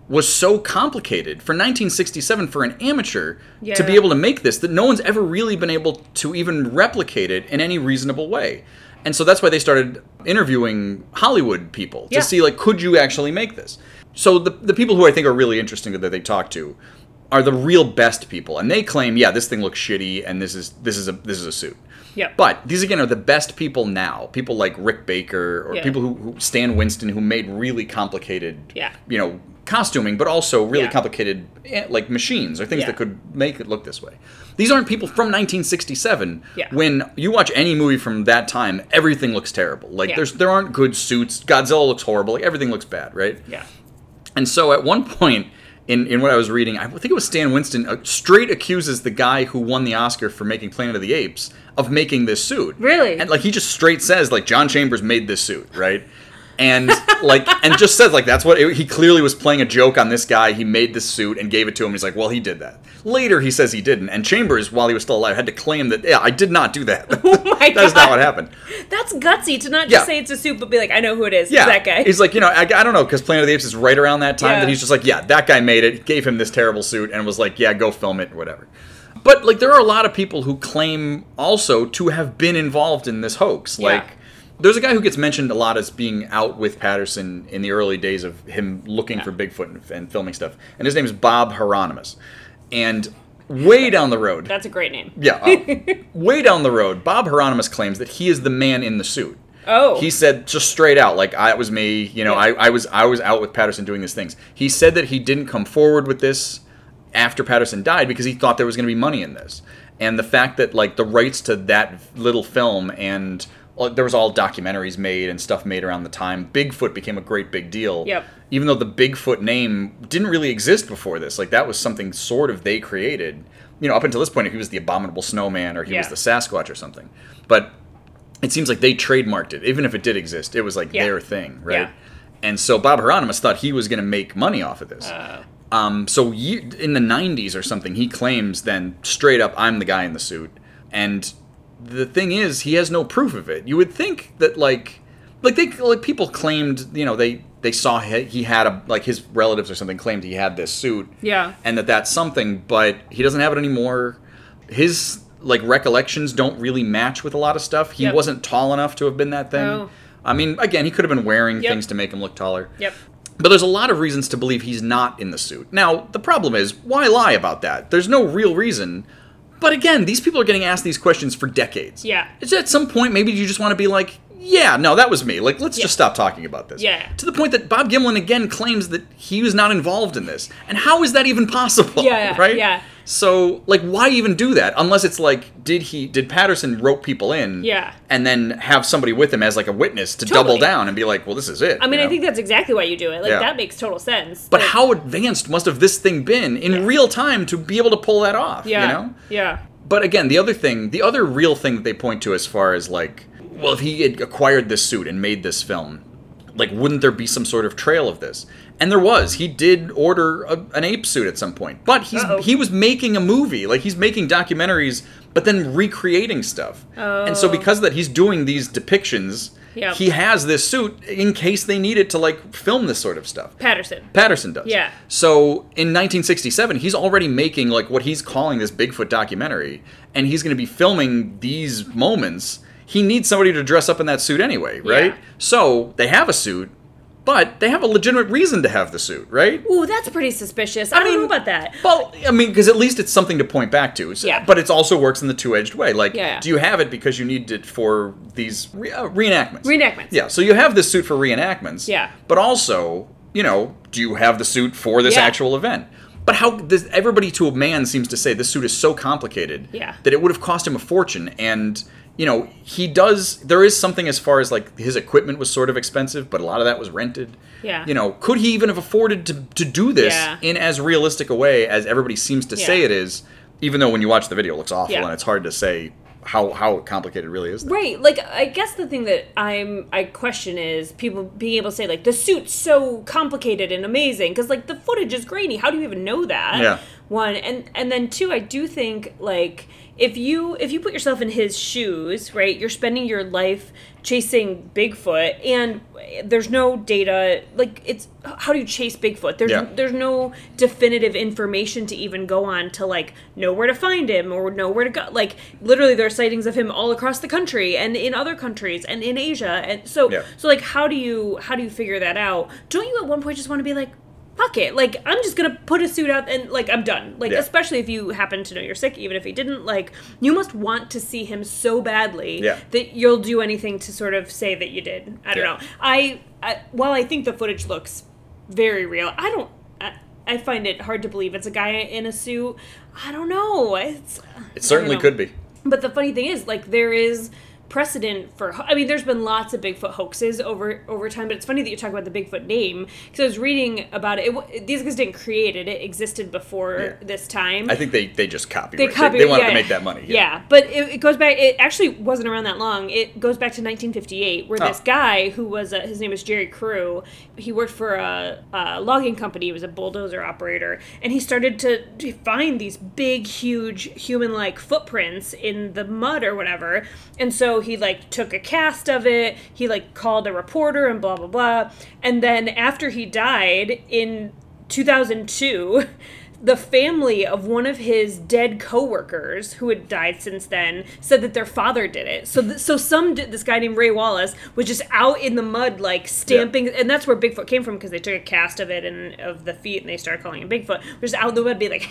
Speaker 6: was so complicated for 1967 for an amateur to be
Speaker 7: Yeah.
Speaker 6: able to make this that no one's ever really been able to even replicate it in any reasonable way. And so that's why they started interviewing Hollywood people
Speaker 7: Yeah.
Speaker 6: to see like could you actually make this? So the the people who I think are really interesting that they talk to are the real best people and they claim yeah this thing looks shitty and this is this is a this is a suit.
Speaker 7: Yep.
Speaker 6: But these again are the best people now. People like Rick Baker or
Speaker 7: Yeah.
Speaker 6: people who, who Stan Winston who made really complicated
Speaker 7: Yeah.
Speaker 6: you know costuming but also really
Speaker 7: Yeah.
Speaker 6: complicated eh, like machines or things
Speaker 7: Yeah.
Speaker 6: that could make it look this way these aren't people from 1967
Speaker 7: Yeah.
Speaker 6: when you watch any movie from that time everything looks terrible like
Speaker 7: Yeah.
Speaker 6: there's there aren't good suits godzilla looks horrible like everything looks bad right
Speaker 7: yeah.
Speaker 6: and so at one point in, in what I was reading, I think it was Stan Winston, uh, straight accuses the guy who won the Oscar for making Planet of the Apes of making this suit.
Speaker 7: Really?
Speaker 6: And like he just straight says like John Chambers made this suit, right? And <laughs> like and just says like that's what it- he clearly was playing a joke on this guy. He made this suit and gave it to him. He's like, "Well, he did that." Later he says he didn't. And Chambers while he was still alive had to claim that, "Yeah, I did not do
Speaker 7: <laughs>
Speaker 6: that." <laughs>
Speaker 7: Oh my
Speaker 6: that is
Speaker 7: God.
Speaker 6: not what happened.
Speaker 7: That's gutsy to not just
Speaker 6: Yeah.
Speaker 7: say it's a suit, but be like, I know who it is.
Speaker 6: Yeah,
Speaker 7: It's that guy.
Speaker 6: He's like, you know, I, I don't know, because Planet of the Apes is right around that time
Speaker 7: Yeah.
Speaker 6: that he's just like, yeah, that guy made it, gave him this terrible suit, and was like, yeah, go film it, whatever. But like, there are a lot of people who claim also to have been involved in this hoax.
Speaker 7: Yeah.
Speaker 6: Like, there's a guy who gets mentioned a lot as being out with Patterson in the early days of him looking for Bigfoot and, and filming stuff, and his name is Bob Hieronymus. And way down the road,
Speaker 7: That's a great name.
Speaker 6: yeah, uh, way down the road, Bob Hieronymus claims that he is the man in the suit.
Speaker 7: Oh.
Speaker 6: He said just straight out, like I, it was me. You know, I, I was I was out with Patterson doing these things. He said that he didn't come forward with this after Patterson died because he thought there was going to be money in this, and the fact that like the rights to that little film and well, there was all documentaries made and stuff made around the time. Bigfoot became a great big deal.
Speaker 7: Yep.
Speaker 6: Even though the Bigfoot name didn't really exist before this, like that was something sort of they created. You know, up until this point, he was the abominable snowman or he was
Speaker 7: Yeah.
Speaker 6: the Sasquatch or something. But it seems like they trademarked it. Even if it did exist, it was like
Speaker 7: Yeah.
Speaker 6: their thing, right?
Speaker 7: Yeah.
Speaker 6: And so Bob Hieronymus thought he was going to make money off of this.
Speaker 7: Uh.
Speaker 6: Um, so ye in the 90s or something, he claims then straight up, I'm the guy in the suit. And the thing is, he has no proof of it. You would think that like, like they like people claimed, you know, they they saw he, he had a like his relatives or something claimed he had this suit.
Speaker 7: Yeah.
Speaker 6: And that that's something, but he doesn't have it anymore. His like recollections don't really match with a lot of stuff. He
Speaker 7: Yep.
Speaker 6: wasn't tall enough to have been that thing.
Speaker 7: Oh.
Speaker 6: I mean, again, he could have been wearing
Speaker 7: Yep.
Speaker 6: things to make him look taller.
Speaker 7: Yep.
Speaker 6: But there's a lot of reasons to believe he's not in the suit. Now, the problem is, why lie about that? There's no real reason. But again, these people are getting asked these questions for decades.
Speaker 7: Yeah.
Speaker 6: It's at some point, maybe you just want to be like, yeah, no, that was me. Like, let's just stop talking about this.
Speaker 7: Yeah.
Speaker 6: To the point that Bob Gimlin again claims that he was not involved in this. And how is that even possible?
Speaker 7: Yeah,
Speaker 6: <laughs> Right?
Speaker 7: yeah.
Speaker 6: So, like, why even do that? Unless it's like, did he, did Patterson rope people in?
Speaker 7: Yeah.
Speaker 6: And then have somebody with him as like a witness to double
Speaker 7: Totally.
Speaker 6: down and be like, well, this is it.
Speaker 7: I mean,
Speaker 6: you
Speaker 7: I
Speaker 6: know?
Speaker 7: think that's exactly why you do it. Like,
Speaker 6: Yeah.
Speaker 7: that makes total sense.
Speaker 6: But
Speaker 7: Like,
Speaker 6: how advanced must have this thing been in real time to be able to pull that off?
Speaker 7: Yeah.
Speaker 6: You know?
Speaker 7: Yeah.
Speaker 6: But again, the other thing, the other real thing that they point to as far as like, well, if he had acquired this suit and made this film, like, wouldn't there be some sort of trail of this? And there was. He did order a, an ape suit at some point, but he's
Speaker 7: Uh-oh.
Speaker 6: he was making a movie, like he's making documentaries, but then recreating stuff. And
Speaker 7: Oh.
Speaker 6: so because of that, he's doing these depictions.
Speaker 7: Yep.
Speaker 6: He has this suit in case they need it to like film this sort of stuff.
Speaker 7: Patterson.
Speaker 6: Patterson does.
Speaker 7: Yeah.
Speaker 6: So in 1967, he's already making like what he's calling this Bigfoot documentary, and he's going to be filming these moments. He needs somebody to dress up in that suit anyway, right?
Speaker 7: Yeah.
Speaker 6: So they have a suit, but they have a legitimate reason to have the suit, right?
Speaker 7: Ooh, that's pretty suspicious. I,
Speaker 6: mean-
Speaker 7: don't know about that.
Speaker 6: Well, I mean, because at least it's something to point back to. So-
Speaker 7: Yeah.
Speaker 6: But it also works in the two-edged way. Like,
Speaker 7: Yeah.
Speaker 6: do you have it because you need it for these re- uh, reenactments?
Speaker 7: Reenactments.
Speaker 6: Yeah. So you have this suit for reenactments.
Speaker 7: Yeah.
Speaker 6: But also, you know, do you have the suit for this
Speaker 7: Yeah.
Speaker 6: actual event? But how this, everybody to a man seems to say this suit is so complicated
Speaker 7: Yeah.
Speaker 6: that it would have cost him a fortune and. You know, he does. There is something as far as like his equipment was sort of expensive, but a lot of that was rented.
Speaker 7: Yeah.
Speaker 6: You know, could he even have afforded to, to do this
Speaker 7: Yeah.
Speaker 6: in as realistic a way as everybody seems to say
Speaker 7: Yeah.
Speaker 6: it is, even though when you watch the video it looks awful
Speaker 7: Yeah.
Speaker 6: and it's hard to say how how complicated really is that?
Speaker 7: Right. Like I guess the thing that I'm I question is people being able to say like the suit's so complicated and amazing cuz like the footage is grainy. How do you even know that?
Speaker 6: Yeah.
Speaker 7: One and and then two, I do think like if you if you put yourself in his shoes, right? You're spending your life chasing Bigfoot and eh, there's no data like it's how do you chase Bigfoot? There's
Speaker 6: Yeah.
Speaker 7: there's no definitive information to even go on to like know where to find him or know where to go. Like literally, there are sightings of him all across the country and in other countries and in Asia. And so,
Speaker 6: Yeah.
Speaker 7: so like, how do you how do you figure that out? Don't you at one point just want to be like, fuck it, like I'm just gonna put a suit out and like I'm done. Like
Speaker 6: Yeah.
Speaker 7: especially if you happen to know you're sick, even if he didn't. Like you must want to see him so badly
Speaker 6: Yeah.
Speaker 7: that you'll do anything to sort of say that you did. I don't
Speaker 6: Yeah.
Speaker 7: know. I, I while I think the footage looks very real, I don't. I, I find it hard to believe it's a guy in a suit. I don't know. It's
Speaker 6: It certainly
Speaker 7: know.
Speaker 6: could be.
Speaker 7: but the funny thing is, like there is precedent for. ho- I mean, there's been lots of Bigfoot hoaxes over over time, but it's funny that you talk about the Bigfoot name because I was reading about it. it. wa- These guys didn't create it; it existed before
Speaker 6: Yeah.
Speaker 7: this time.
Speaker 6: I think they they just copy.
Speaker 7: they copied.
Speaker 6: They, wanted
Speaker 7: yeah.
Speaker 6: to make that money.
Speaker 7: Yeah, but it, it goes back. It actually wasn't around that long. It goes back to 1958, where
Speaker 6: Oh.
Speaker 7: this guy who was a, his name is Jerry Crew. He worked for a, a logging company. He was a bulldozer operator, and he started to, to find these big, huge human-like footprints in the mud or whatever. And so he like took a cast of it. He like called a reporter and blah blah blah. And then after he died in 2002. the family of one of his dead coworkers who had died since then said that their father did it. So, th- so some d- this guy named Ray Wallace was just out in the mud, like stamping, and that's where Bigfoot came from because they took a cast of it and of the feet and they started calling it Bigfoot. Just out in the mud, be like,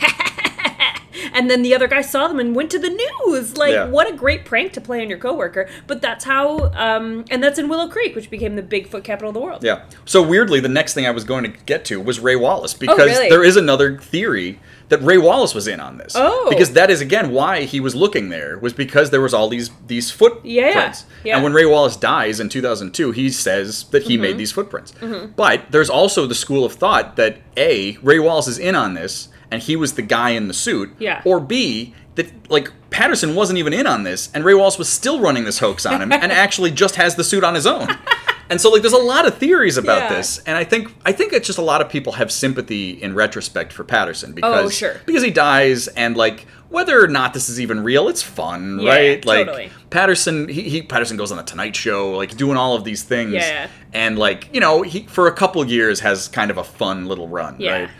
Speaker 7: <laughs> and then the other guy saw them and went to the news. Like,
Speaker 6: Yeah.
Speaker 7: what a great prank to play on your coworker. But that's how, um, and that's in Willow Creek, which became the Bigfoot capital of the world.
Speaker 6: Yeah. So weirdly, the next thing I was going to get to was Ray Wallace because
Speaker 7: Oh, really?
Speaker 6: there is another theory that Ray Wallace was in on this.
Speaker 7: Oh.
Speaker 6: Because that is again why he was looking there was because there was all these these footprints.
Speaker 7: Yeah, yeah.
Speaker 6: And when Ray Wallace dies in 2002, he says that he
Speaker 7: Mm-hmm.
Speaker 6: made these footprints. But there's also the school of thought that a Ray Wallace is in on this and he was the guy in the suit.
Speaker 7: Yeah.
Speaker 6: Or b that like Patterson wasn't even in on this and Ray Wallace was still running this hoax on him
Speaker 7: <laughs>
Speaker 6: and actually just has the suit on his own. And so like there's a lot of theories about
Speaker 7: Yeah.
Speaker 6: this, and I think I think it's just a lot of people have sympathy in retrospect for Patterson because
Speaker 7: Oh, sure.
Speaker 6: because he dies and like whether or not this is even real, it's fun,
Speaker 7: Yeah,
Speaker 6: right? Like
Speaker 7: totally.
Speaker 6: Patterson he, he Patterson goes on the Tonight Show, like doing all of these things.
Speaker 7: Yeah.
Speaker 6: And like, you know, he for a couple years has kind of a fun little run,
Speaker 7: Yeah.
Speaker 6: right?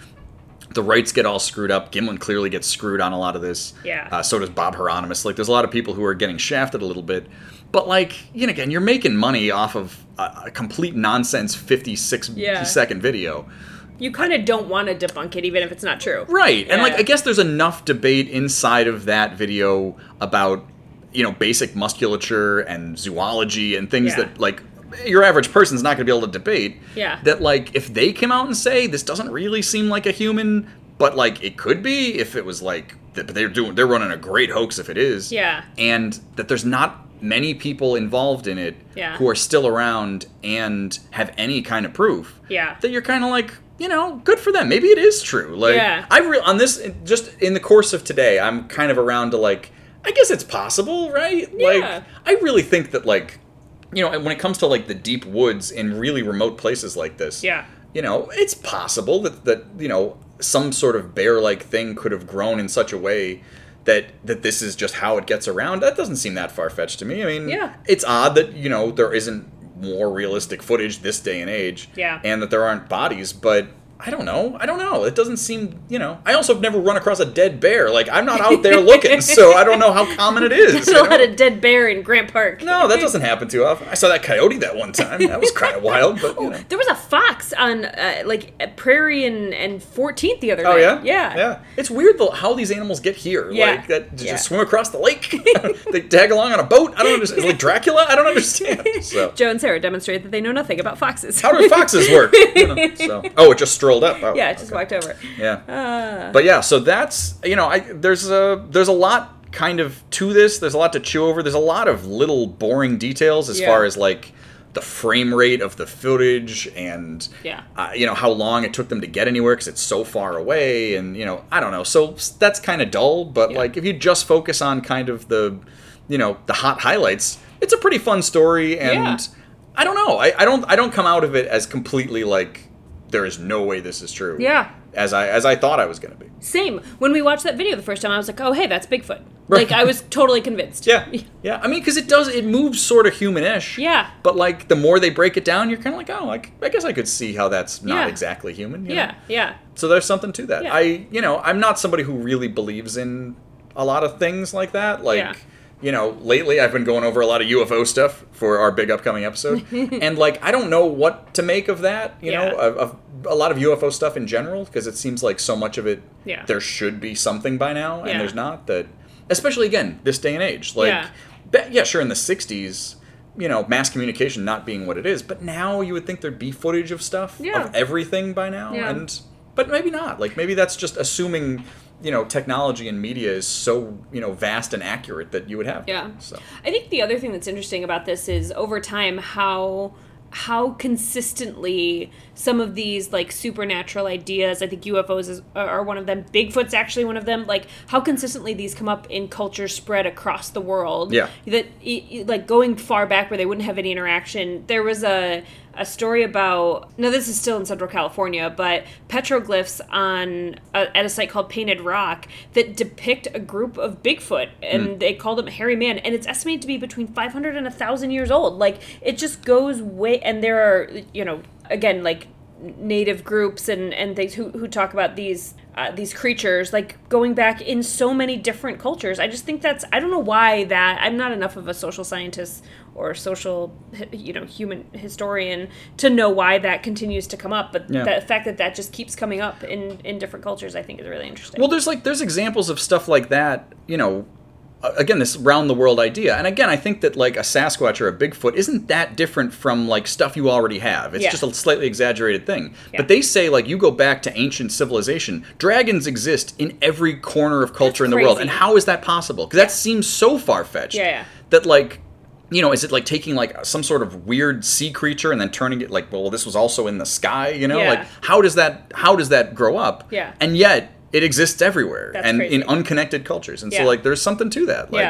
Speaker 6: the rights get all screwed up. Gimlin clearly gets screwed on a lot of this.
Speaker 7: Yeah.
Speaker 6: Uh, so does Bob Hieronymus. Like, there's a lot of people who are getting shafted a little bit. But like, you know, again, you're making money off of a, a complete nonsense 56 second
Speaker 7: Yeah.
Speaker 6: video,
Speaker 7: You kind of don't want to debunk it, even if it's not true.
Speaker 6: right? And like,
Speaker 7: Yeah.
Speaker 6: I guess there's enough debate inside of that video about you know basic musculature and zoology and things
Speaker 7: Yeah.
Speaker 6: that like your average person's not going to be able to debate.
Speaker 7: Yeah.
Speaker 6: That like, if they came out and say this doesn't really seem like a human, but like it could be if it was like th- they're doing they're running a great hoax if it is.
Speaker 7: Yeah.
Speaker 6: And that there's not many people involved in it
Speaker 7: Yeah.
Speaker 6: who are still around and have any kind of proof.
Speaker 7: <laughs> Yeah.
Speaker 6: That you're kind of like, you know, good for them. Maybe it is true. Like
Speaker 7: Yeah.
Speaker 6: I re- on this just in the course of today, I'm kind of around to like I guess it's possible, right?
Speaker 7: Yeah.
Speaker 6: Like I really think that like you know, when it comes to like the deep woods in really remote places like this,
Speaker 7: Yeah.
Speaker 6: you know, it's possible that that you know some sort of bear-like thing could have grown in such a way that that this is just how it gets around. That doesn't seem that far-fetched to me. I mean,
Speaker 7: Yeah.
Speaker 6: it's odd that you know there isn't more realistic footage this day and age,
Speaker 7: Yeah.
Speaker 6: and that there aren't bodies, but. I don't know. I don't know. It doesn't seem, you know. I also have never run across a dead bear. Like I'm not out there looking, so I don't know how
Speaker 7: <laughs>
Speaker 6: common it is.
Speaker 7: There's
Speaker 6: you
Speaker 7: a
Speaker 6: know?
Speaker 7: lot of dead bear in Grant Park.
Speaker 6: No, that doesn't happen too often. I saw that coyote that one time. That was
Speaker 7: <laughs>
Speaker 6: kind of wild, but you know.
Speaker 7: There was a fox on uh, like at Prairie and and 14th the other
Speaker 6: Oh
Speaker 7: night.
Speaker 6: yeah,
Speaker 7: yeah,
Speaker 6: yeah. It's weird though how these animals get here.
Speaker 7: Yeah.
Speaker 6: Like that, they
Speaker 7: Yeah.
Speaker 6: just swim across the
Speaker 7: <laughs>
Speaker 6: lake. <laughs> they tag along on a boat. I don't understand. It's like Dracula. I don't
Speaker 7: <laughs>
Speaker 6: understand. So
Speaker 7: Joe and Sarah demonstrate that they know nothing about foxes.
Speaker 6: how
Speaker 7: <laughs>
Speaker 6: do foxes work? You know, so oh, it just strolled up. Oh,
Speaker 7: yeah, I just
Speaker 6: okay.
Speaker 7: walked over. Uh.
Speaker 6: Yeah. but yeah, so that's you know, I there's a there's a lot kind of to this. There's a lot to chew over. There's a lot of little boring details as
Speaker 7: Yeah.
Speaker 6: far as like the frame rate of the footage and
Speaker 7: Yeah.
Speaker 6: uh, you know how long it took them to get anywhere because it's so far away and you know I don't know. So s- that's kind of dull. But like if you just focus on kind of the you know the hot highlights, it's a pretty fun story, and
Speaker 7: Yeah.
Speaker 6: I don't know. I, I don't I don't come out of it as completely like there is no way this is true.
Speaker 7: Yeah.
Speaker 6: As I as I thought I was gonna be.
Speaker 7: Same. When we watched that video the first time, I was like, oh, hey, that's Bigfoot.
Speaker 6: Right.
Speaker 7: Like, I was totally convinced. <laughs>
Speaker 6: Yeah, yeah. I mean, because it does it moves sort of humanish.
Speaker 7: Yeah.
Speaker 6: But like the more they break it down, you're kind of like, oh, like I guess I could see how that's not
Speaker 7: Yeah.
Speaker 6: exactly human. you know?
Speaker 7: Yeah. Yeah.
Speaker 6: So there's something to that.
Speaker 7: Yeah.
Speaker 6: I, you know, I'm not somebody who really believes in a lot of things like that. Like,
Speaker 7: Yeah.
Speaker 6: you know, lately I've been going over a lot of UFO stuff for our big upcoming
Speaker 7: <laughs>
Speaker 6: episode, and like I don't know what to make of that. You know,
Speaker 7: Yeah.
Speaker 6: of, of a lot of UFO stuff in general because it seems like so much of it.
Speaker 7: Yeah.
Speaker 6: There should be something by now, and
Speaker 7: Yeah.
Speaker 6: there's not. That, especially again, this day and age. Like,
Speaker 7: Yeah.
Speaker 6: be- yeah, sure, in the '60s. You know, mass communication not being what it is, but now you would think there'd be footage of stuff
Speaker 7: Yeah.
Speaker 6: of everything by now,
Speaker 7: Yeah.
Speaker 6: and but maybe not. Like maybe that's just assuming, you know, technology and media is so you know vast and accurate that you would have.
Speaker 7: Yeah.
Speaker 6: that. So
Speaker 7: I think the other thing that's interesting about this is over time how how consistently some of these like supernatural ideas i think ufos is, are one of them bigfoot's actually one of them like how consistently these come up in culture spread across the world
Speaker 6: Yeah.
Speaker 7: that e- e- like going far back where they wouldn't have any interaction there was a a story about no this is still in central california but petroglyphs on uh, at a site called painted rock that depict a group of bigfoot and they called them hairy man and it's estimated to be between 500 and 1000 years old like it just goes way and there are you know again like native groups and and things who who talk about these uh, these creatures like going back in so many different cultures i just think that's i don't know why that i'm not enough of a social scientist or social h- you know human historian to know why that continues to come up but
Speaker 6: Yeah.
Speaker 7: the fact that that just keeps coming up in in different cultures i think is really interesting
Speaker 6: well, there's like there's examples of stuff like that. You know, uh, again, this round the world idea, and again, I think that like a Sasquatch or a Bigfoot isn't that different from like stuff you already have. It's
Speaker 7: Yeah.
Speaker 6: just a slightly exaggerated thing.
Speaker 7: Yeah.
Speaker 6: But they say like you go back to ancient civilization, dragons exist in every corner of culture in the world,
Speaker 7: crazy.
Speaker 6: and how is that possible? Because that seems so far fetched.
Speaker 7: Yeah, yeah.
Speaker 6: that like you know is it like taking like some sort of weird sea creature and then turning it like well this was also in the sky you know
Speaker 7: Yeah.
Speaker 6: like how does that how does that grow up
Speaker 7: Yeah.
Speaker 6: and yet it exists everywhere
Speaker 7: That's
Speaker 6: and in
Speaker 7: crazy.
Speaker 6: unconnected cultures and so
Speaker 7: Yeah.
Speaker 6: like there's something to that like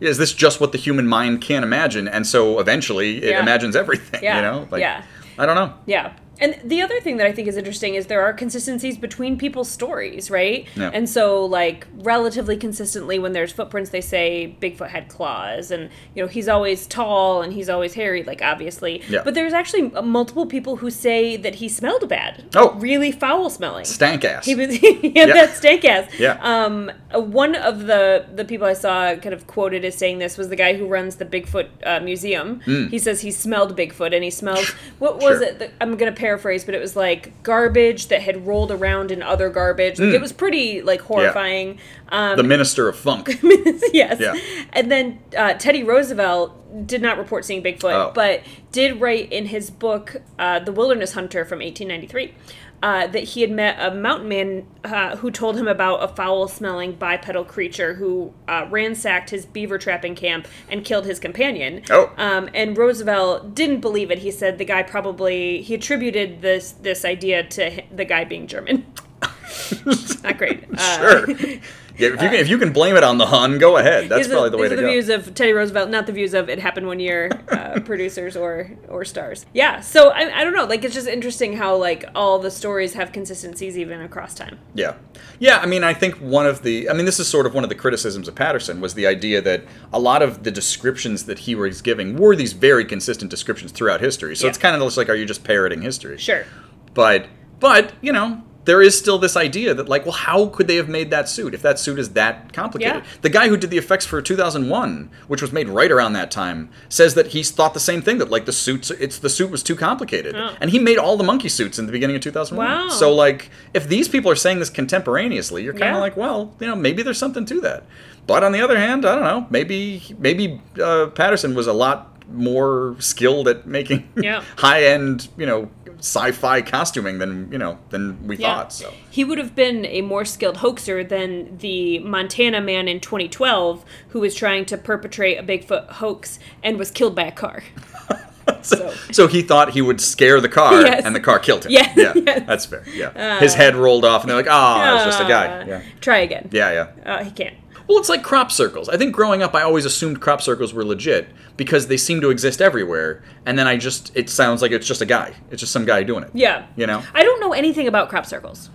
Speaker 7: Yeah.
Speaker 6: is this just what the human mind can imagine and so eventually it
Speaker 7: Yeah.
Speaker 6: imagines everything
Speaker 7: Yeah.
Speaker 6: you know like
Speaker 7: Yeah.
Speaker 6: i don't know
Speaker 7: Yeah. And the other thing that I think is interesting is there are consistencies between people's stories, right?
Speaker 6: Yeah.
Speaker 7: And so, like, relatively consistently, when there's footprints, they say Bigfoot had claws, and you know he's always tall and he's always hairy, like obviously.
Speaker 6: Yeah.
Speaker 7: But there's actually multiple people who say that he smelled bad.
Speaker 6: Oh.
Speaker 7: really foul smelling.
Speaker 6: stank ass
Speaker 7: He was <laughs> he had
Speaker 6: Yeah.
Speaker 7: that stank ass.
Speaker 6: Yeah.
Speaker 7: Um. uh, One of the the people I saw kind of quoted as saying this was the guy who runs the Bigfoot uh, museum. He says he smelled Bigfoot and he smelled what was
Speaker 6: Mm. <laughs> Sure.
Speaker 7: it? that- I'm gonna paraphrase, but it was like garbage that had rolled around in other garbage.
Speaker 6: Mm.
Speaker 7: Like, It was pretty like horrifying. Um,
Speaker 6: the minister of
Speaker 7: <laughs>
Speaker 6: funk
Speaker 7: yes.
Speaker 6: Yeah.
Speaker 7: And then uh, Teddy Roosevelt did not report seeing Bigfoot,
Speaker 6: Oh.
Speaker 7: but did write in his book, uh, The Wilderness Hunter from 1893, uh, that he had met a mountain man uh, who told him about a foul smelling bipedal creature who uh, ransacked his beaver trapping camp and killed his companion.
Speaker 6: Oh.
Speaker 7: Um, and Roosevelt didn't believe it. He said the guy probably, he attributed this, this idea to hi- the guy being German. <laughs> Not great.
Speaker 6: <laughs>
Speaker 7: Uh,
Speaker 6: sure yeah, if you can if you can blame it on the hun go ahead that's
Speaker 7: these are-
Speaker 6: probably the way
Speaker 7: these
Speaker 6: to
Speaker 7: are the
Speaker 6: go
Speaker 7: views of Teddy Roosevelt, not the views of it happened one year uh,
Speaker 6: <laughs>
Speaker 7: producers or or stars. Yeah, so I, I don't know. Like it's just interesting how like all the stories have consistencies even across time.
Speaker 6: Yeah. Yeah, I mean, I think one of the, I mean, this is sort of one of the criticisms of Patterson was the idea that a lot of the descriptions that he was giving were these very consistent descriptions throughout history. So
Speaker 7: Yeah.
Speaker 6: it's kind of just like, are you just parroting history?
Speaker 7: Sure.
Speaker 6: But, but, you know, there is still this idea that, like, well, how could they have made that suit if that suit is that complicated?
Speaker 7: Yeah.
Speaker 6: The guy who did the effects for 2001, which was made right around that time, says that he's thought the same thing that, like, the suits, it's the suit was too complicated. And he made all the monkey suits in the beginning of 2001.
Speaker 7: Wow.
Speaker 6: So, like if these people are saying this contemporaneously you're kind of
Speaker 7: Yeah.
Speaker 6: like well you know maybe there's something to that but on the other hand i don't know maybe maybe uh, patterson was a lot more skilled at making <laughs>
Speaker 7: Yeah.
Speaker 6: high end you know sci-fi costuming than you know than we thought so
Speaker 7: He would have been a more skilled hoaxer than the Montana man in 2012 who was trying to perpetrate a Bigfoot hoax and was killed by a car. so
Speaker 6: <laughs> so he thought he would scare the car
Speaker 7: Yes.
Speaker 6: and the car killed
Speaker 7: <laughs>
Speaker 6: him
Speaker 7: Yes,
Speaker 6: yeah
Speaker 7: yes. Uh.
Speaker 6: that's fair yeah his head rolled off and they're like oh it's "Ah, just a guy yeah
Speaker 7: try again.
Speaker 6: yeah yeah
Speaker 7: Uh, he can't.
Speaker 6: Well, it's like crop circles. I think growing up, I always assumed crop circles were legit because they seem to exist everywhere. And then I just, it sounds like it's just a guy. It's just some guy doing it.
Speaker 7: Yeah.
Speaker 6: You know?
Speaker 7: I don't know anything about crop circles.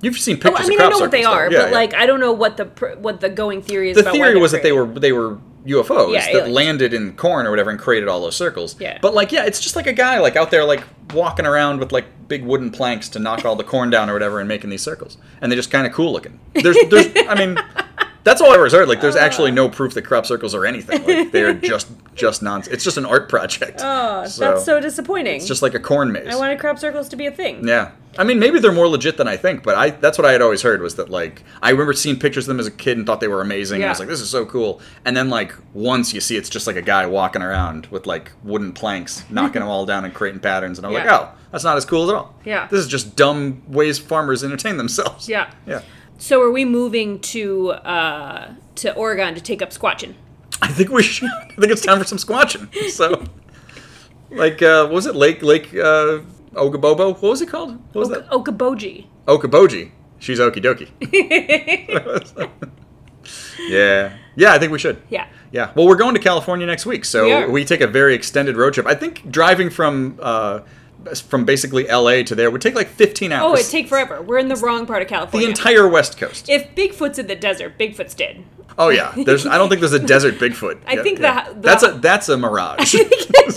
Speaker 6: You've seen
Speaker 7: Oh,
Speaker 6: pictures.
Speaker 7: I mean,
Speaker 6: of crop
Speaker 7: I know what they
Speaker 6: circles, though.
Speaker 7: are,
Speaker 6: Yeah,
Speaker 7: but
Speaker 6: yeah.
Speaker 7: like, I don't know what the pr- what the going theory is.
Speaker 6: the
Speaker 7: about why
Speaker 6: theory
Speaker 7: they're
Speaker 6: was that they
Speaker 7: created.
Speaker 6: were they were UFOs
Speaker 7: Yeah,
Speaker 6: that
Speaker 7: aliens.
Speaker 6: landed in corn or whatever and created all those circles.
Speaker 7: Yeah.
Speaker 6: But like, yeah, it's just like a guy like out there like walking around with like big wooden planks to knock all the corn down or whatever and making these circles. And they're just kind of cool looking. There's there's I mean, that's all I ever heard. Like,
Speaker 7: Ah.
Speaker 6: there's actually no proof that crop circles are anything. Like, they're just just nonsense. It's just an art project.
Speaker 7: Oh, that's so disappointing.
Speaker 6: It's just like a corn maze.
Speaker 7: I wanted crop circles to be a thing.
Speaker 6: Yeah. I mean, maybe they're more legit than I think, but I that's what I had always heard was that like I remember seeing pictures of them as a kid and thought they were amazing. And I was
Speaker 7: Yeah.
Speaker 6: like, this is so cool. And then like once you see it's just like a guy walking around with like wooden
Speaker 7: <laughs>
Speaker 6: planks, knocking them all down and creating patterns, and I'm
Speaker 7: Yeah.
Speaker 6: like, oh, that's not as cool at all.
Speaker 7: Yeah.
Speaker 6: This is just dumb ways farmers entertain themselves.
Speaker 7: Yeah.
Speaker 6: <laughs> Yeah.
Speaker 7: So are we moving to uh to Oregon to take up squatching?
Speaker 6: I think we should. I think it's time for some squatching.
Speaker 7: <laughs>
Speaker 6: So, like, uh, what was it Lake Lake uh, Ogabobo? What was it called? What was that?
Speaker 7: Okaboji.
Speaker 6: Okaboji. She's okie
Speaker 7: <laughs>
Speaker 6: dokie. yeah. Yeah, I think we should.
Speaker 7: Yeah.
Speaker 6: Yeah. Well, we're going to California next week, so
Speaker 7: We
Speaker 6: we,
Speaker 7: are.
Speaker 6: take a very extended road trip. I think driving from uh, from basically LA to there would take like 15 hours.
Speaker 7: Oh, it'd take forever. We're in the wrong part of
Speaker 6: the
Speaker 7: California.
Speaker 6: entire West Coast.
Speaker 7: if Bigfoot's in the desert,
Speaker 6: <laughs>
Speaker 7: Bigfoot's dead. <laughs>
Speaker 6: oh yeah. There's I don't think there's a desert Bigfoot.
Speaker 7: I think the- the-
Speaker 6: That's a that's a
Speaker 7: <laughs>
Speaker 6: mirage.
Speaker 7: I think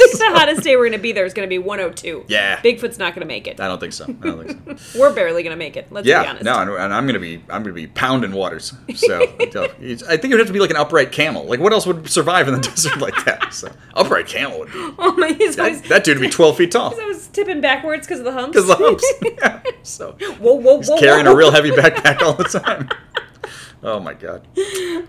Speaker 7: the hottest day we're gonna be there is gonna be 102.
Speaker 6: Yeah.
Speaker 7: Bigfoot's not gonna make it.
Speaker 6: I don't think so. I don't think so.
Speaker 7: We're barely gonna make it. Let's be
Speaker 6: Yeah,
Speaker 7: honest.
Speaker 6: no, and, and I'm gonna be I'm gonna be pounding waters. So <laughs> I think it would have to be like an upright camel. Like what else would survive in the <laughs> desert like that? So upright camel would be
Speaker 7: <laughs> Oh my, he's always,
Speaker 6: that, that dude would be 12 feet
Speaker 7: <laughs>
Speaker 6: tall
Speaker 7: I was tipping backwards because of the
Speaker 6: <laughs>
Speaker 7: humps.
Speaker 6: because the
Speaker 7: <laughs>
Speaker 6: humps. Yeah, so
Speaker 7: Whoa, whoa, whoa!
Speaker 6: carrying
Speaker 7: whoa.
Speaker 6: a real heavy backpack all the time. <laughs> Oh my god.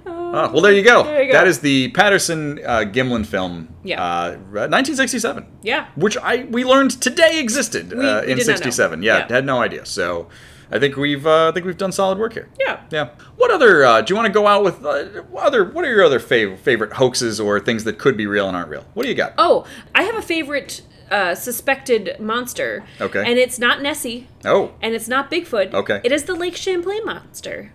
Speaker 6: Ah, well, there you go.
Speaker 7: There you go.
Speaker 6: That is the Patterson uh, Gimlin film.
Speaker 7: Yeah.
Speaker 6: Uh, 1967.
Speaker 7: Yeah.
Speaker 6: Which I we learned today existed uh,
Speaker 7: we
Speaker 6: in
Speaker 7: did not know.
Speaker 6: '67. Yeah,
Speaker 7: Yeah.
Speaker 6: Had no idea. So. I think we've uh, I think we've done solid work here.
Speaker 7: Yeah.
Speaker 6: Yeah. What other uh, do you want to go out with? Uh, other What are your other fav- favorite hoaxes or things that could be real and aren't real? What do you got?
Speaker 7: Oh, I have a favorite uh, suspected monster.
Speaker 6: Okay.
Speaker 7: And it's not Nessie,
Speaker 6: Oh.
Speaker 7: and it's not Bigfoot.
Speaker 6: Okay.
Speaker 7: It is the Lake Champlain monster,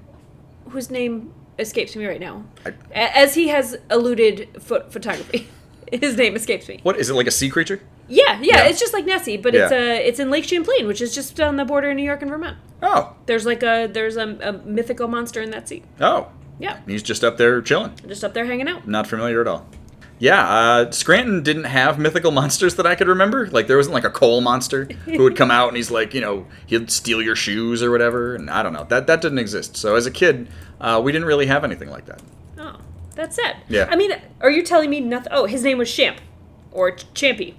Speaker 7: whose name escapes me right now.
Speaker 6: I-
Speaker 7: A- As he has eluded pho- photography, <laughs> his name escapes me.
Speaker 6: What is it like a sea creature?
Speaker 7: Yeah, yeah,
Speaker 6: Yeah.
Speaker 7: It's just like Nessie, but it's
Speaker 6: Yeah.
Speaker 7: uh it's in Lake Champlain, which is just on the border of New York and Vermont.
Speaker 6: Oh.
Speaker 7: There's like a there's a, a mythical monster in that sea.
Speaker 6: Oh.
Speaker 7: Yeah,
Speaker 6: He's just up there chilling.
Speaker 7: just up there hanging out.
Speaker 6: Not familiar at all. Yeah, uh, Scranton didn't have mythical <laughs> monsters that I could remember. Like there wasn't like a coal monster who would come out and he's like, you know, he'd steal your shoes or whatever. And I don't know that that didn't exist. So as a kid, uh, we didn't really have anything like that.
Speaker 7: Oh, that's it.
Speaker 6: Yeah.
Speaker 7: I mean, are you telling me nothing? Oh, his name was Champ or Ch- Champy.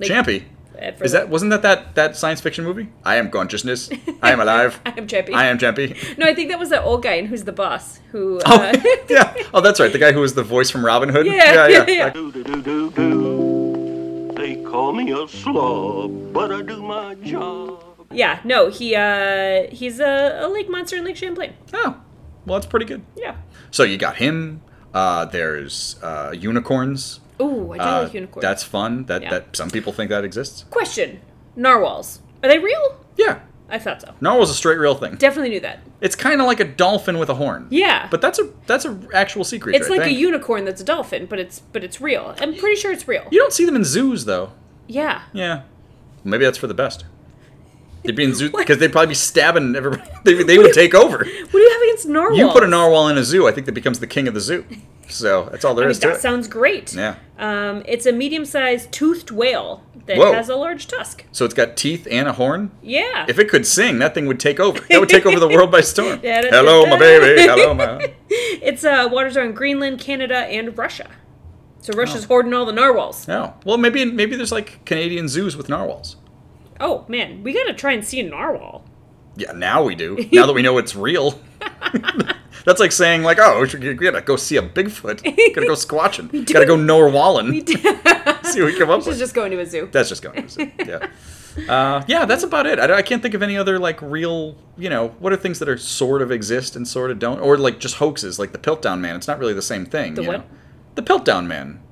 Speaker 7: Like,
Speaker 6: Champy,
Speaker 7: uh, for
Speaker 6: is
Speaker 7: the-
Speaker 6: that wasn't that that that science fiction movie? I am consciousness. I am alive.
Speaker 7: <laughs> I am Champy.
Speaker 6: I am Champy.
Speaker 7: No, I think that was that old guy in Who's the Boss who.
Speaker 6: Oh,
Speaker 7: Uh,
Speaker 6: <laughs> yeah. Oh, that's right. The guy who was the voice from Robin Hood.
Speaker 7: <laughs> Yeah, yeah, yeah.
Speaker 9: do do do do do. They call me a slob, but I do my job.
Speaker 7: yeah, no, he uh, he's a, a lake monster in Lake Champlain.
Speaker 6: Oh, well, that's pretty good.
Speaker 7: Yeah.
Speaker 6: So you got him. Uh, there's uh, unicorns.
Speaker 7: Ooh, I do
Speaker 6: Uh,
Speaker 7: like unicorns.
Speaker 6: That's fun. That
Speaker 7: Yeah.
Speaker 6: that some people think that exists.
Speaker 7: question. Narwhals are they real?
Speaker 6: Yeah,
Speaker 7: I thought so.
Speaker 6: narwhal's a straight real thing.
Speaker 7: Definitely knew that.
Speaker 6: It's kind of like a dolphin with a horn.
Speaker 7: Yeah.
Speaker 6: but that's a that's a actual sea creature.
Speaker 7: It's
Speaker 6: I
Speaker 7: like a
Speaker 6: think.
Speaker 7: unicorn that's a dolphin, but it's but it's real. I'm pretty sure it's real.
Speaker 6: You don't see them in zoos though.
Speaker 7: Yeah.
Speaker 6: Yeah, maybe that's for the best. They'd be in zoo because they'd probably be stabbing everybody. <laughs> They, they would take
Speaker 7: <laughs>
Speaker 6: over.
Speaker 7: What do you have against narwhals?
Speaker 6: You put a narwhal in a zoo, I think that becomes the king of the zoo. So that's all
Speaker 7: I
Speaker 6: there
Speaker 7: mean,
Speaker 6: is
Speaker 7: that
Speaker 6: to it.
Speaker 7: sounds great.
Speaker 6: Yeah.
Speaker 7: Um, it's a medium-sized toothed whale that
Speaker 6: Whoa.
Speaker 7: has a large tusk.
Speaker 6: So it's got teeth and a horn.
Speaker 7: Yeah.
Speaker 6: If it could sing, that thing would take over. That would take over the world by storm.
Speaker 7: <laughs> Yeah, that-
Speaker 6: Hello, my
Speaker 7: <laughs>
Speaker 6: baby. Hello, my.
Speaker 7: Its uh, waters are in Greenland, Canada, and Russia. So Russia's
Speaker 6: Oh.
Speaker 7: hoarding all the narwhals.
Speaker 6: No. Well, maybe maybe there's like Canadian zoos with narwhals.
Speaker 7: Oh man, we gotta try and see a narwhal.
Speaker 6: Yeah, now we <laughs> do. Now that we know it's real. <laughs> That's like saying like, oh, we should- we gotta go see a <laughs> Bigfoot. Gotta go squatching. Gotta go norwalling. <laughs> see what we come up
Speaker 7: She's
Speaker 6: with.
Speaker 7: just going to a zoo.
Speaker 6: That's just going. To yeah. Uh, yeah, that's about it. I, don't- I can't think of any other like real, you know, what are things that are sort of exist and sort of don't, or like just hoaxes, like the Piltdown Man. It's not really the same thing.
Speaker 7: The
Speaker 6: you
Speaker 7: what?
Speaker 6: know? The Piltdown Man.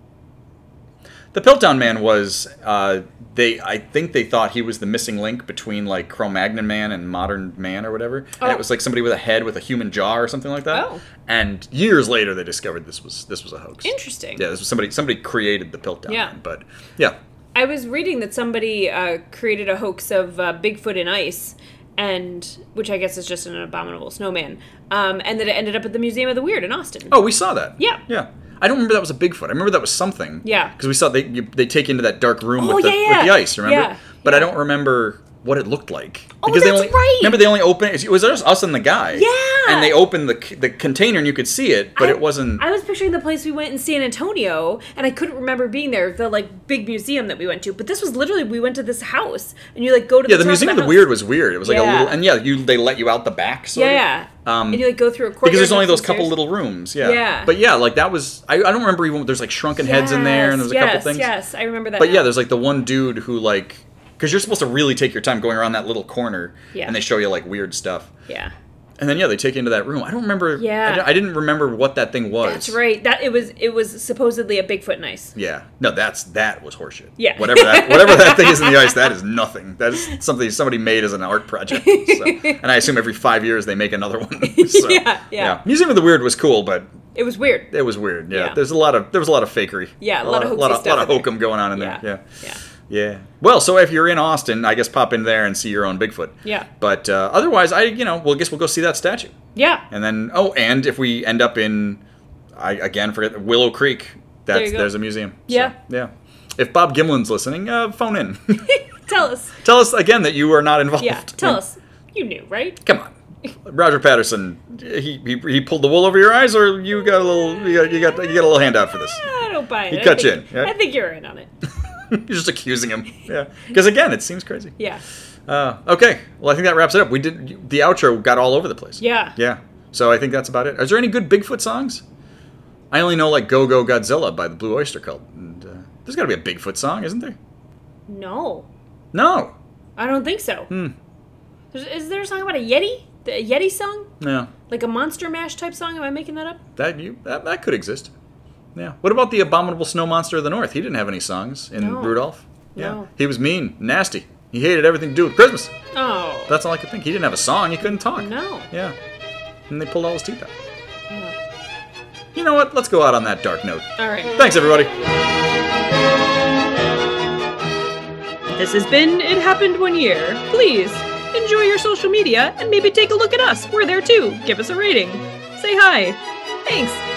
Speaker 6: The Piltdown Man was uh, they. I think they thought he was the missing link between like Cro-Magnon Man and modern man or whatever. And
Speaker 7: Oh.
Speaker 6: it was like somebody with a head with a human jaw or something like that.
Speaker 7: Oh.
Speaker 6: And years later, they discovered this was this was a hoax.
Speaker 7: Interesting.
Speaker 6: Yeah, this was somebody somebody created the Piltdown
Speaker 7: Yeah.
Speaker 6: Man. But yeah,
Speaker 7: I was reading that somebody uh, created a hoax of uh, Bigfoot in ice, and which I guess is just an abominable snowman, um, and that it ended up at the Museum of the Weird in Austin.
Speaker 6: Oh, we saw that.
Speaker 7: Yeah.
Speaker 6: Yeah. I don't remember that was a Bigfoot. I remember that was something.
Speaker 7: Yeah.
Speaker 6: Because we saw they you, they take you into that dark room
Speaker 7: Oh,
Speaker 6: with, the,
Speaker 7: yeah,
Speaker 6: with
Speaker 7: yeah.
Speaker 6: the ice. Remember?
Speaker 7: Yeah.
Speaker 6: But I don't remember what it looked like.
Speaker 7: Oh,
Speaker 6: because they
Speaker 7: that's
Speaker 6: only,
Speaker 7: right.
Speaker 6: Remember they only opened it. It was just us and the guy.
Speaker 7: Yeah.
Speaker 6: And they opened the c- the container and you could see it, but
Speaker 7: I-
Speaker 6: it wasn't.
Speaker 7: I was picturing the place we went in San Antonio, and I couldn't remember being there. The like big museum that we went to, but this was literally we went to this house, and you like go to
Speaker 6: yeah,
Speaker 7: the
Speaker 6: the
Speaker 7: top
Speaker 6: museum of
Speaker 7: of
Speaker 6: the
Speaker 7: house.
Speaker 6: weird was weird. It was like a
Speaker 7: Yeah.
Speaker 6: little, and yeah, you they let you out the back. Sort
Speaker 7: Yeah,
Speaker 6: of.
Speaker 7: yeah.
Speaker 6: Um,
Speaker 7: and you like go through a courtyard
Speaker 6: because there's only
Speaker 7: and up
Speaker 6: those
Speaker 7: some
Speaker 6: couple
Speaker 7: stairs.
Speaker 6: little rooms. Yeah.
Speaker 7: Yeah.
Speaker 6: But yeah, like that was I, I don't remember even there's like shrunken heads in there and there was a
Speaker 7: yes,
Speaker 6: couple things.
Speaker 7: Yes, I remember that.
Speaker 6: But
Speaker 7: now.
Speaker 6: yeah, there's like the one dude who like because you're supposed to really take your time going around that little corner,
Speaker 7: Yeah.
Speaker 6: and they show you like weird stuff,
Speaker 7: yeah.
Speaker 6: and then yeah, they take you into that room. I don't remember.
Speaker 7: Yeah.
Speaker 6: I, di- I didn't remember what that thing was.
Speaker 7: That's right. That it was. It was supposedly a Bigfoot nice.
Speaker 6: Yeah, no, that's that was horseshit.
Speaker 7: Yeah.
Speaker 6: whatever
Speaker 7: <laughs>
Speaker 6: that whatever that thing is in the ice, that is nothing. That is something somebody made as an art project.
Speaker 7: <laughs>
Speaker 6: So. And I assume every five years they make another one. So,
Speaker 7: Yeah, yeah.
Speaker 6: Museum of the Weird was cool, but
Speaker 7: It was weird.
Speaker 6: it was weird. Yeah,
Speaker 7: Yeah.
Speaker 6: there's a lot of there was a lot of fakery.
Speaker 7: Yeah, a lot of
Speaker 6: a lot of, lot
Speaker 7: hoaxy stuff
Speaker 6: of
Speaker 7: in there.
Speaker 6: hokum going on in
Speaker 7: Yeah.
Speaker 6: there.
Speaker 7: Yeah.
Speaker 6: Yeah. Well, so if you're in Austin, I guess pop in there and see your own Bigfoot.
Speaker 7: Yeah.
Speaker 6: But uh, otherwise, I you know, well, I guess we'll go see that statue,
Speaker 7: Yeah.
Speaker 6: and then oh, and if we end up in, I again forget Willow Creek. That's
Speaker 7: you go.
Speaker 6: there's a museum. So,
Speaker 7: Yeah.
Speaker 6: yeah. If Bob Gimlin's listening, uh, phone in. <laughs>
Speaker 7: Tell us.
Speaker 6: tell us again that you are not involved.
Speaker 7: Yeah. Tell
Speaker 6: And-
Speaker 7: us. You knew, right?
Speaker 6: Come on. Roger Patterson, he, he, he pulled the wool over your eyes, or you got a little you got you got, you got a little handout for this.
Speaker 7: I don't buy it.
Speaker 6: He
Speaker 7: I
Speaker 6: cut
Speaker 7: think-
Speaker 6: you in, yeah.
Speaker 7: I think you're in on it.
Speaker 6: <laughs> You're just accusing him. Yeah. Because again, it seems crazy.
Speaker 7: Yeah.
Speaker 6: Uh, okay. Well, I think that wraps it up. We did the outro got all over the place.
Speaker 7: Yeah.
Speaker 6: Yeah. So I think that's about it. Is there any good Bigfoot songs? I only know like "Go Go Godzilla" by the Blue Oyster Cult, and uh, there's got to be a Bigfoot song, isn't there?
Speaker 7: No,
Speaker 6: No.
Speaker 7: I don't think so. Hmm. Is, is there a song about a yeti? The- A yeti song?
Speaker 6: No.
Speaker 7: Like a monster mash type song? Am I making that up?
Speaker 6: That you that, that could exist. Yeah. What about the abominable snow monster of the north? He didn't have any songs in
Speaker 7: No.
Speaker 6: Rudolph. Yeah.
Speaker 7: No.
Speaker 6: He was mean, nasty. He hated everything to do with Christmas.
Speaker 7: Oh.
Speaker 6: That's all I could think. He didn't have a song. He couldn't talk.
Speaker 7: No.
Speaker 6: Yeah. And they pulled all his teeth out. You know what? Let's go out on that dark note.
Speaker 7: All right.
Speaker 6: Thanks, everybody.
Speaker 8: This has been It Happened One Year. Please enjoy your social media and maybe take a look at us. We're there too. Give us a rating. Say hi. Thanks.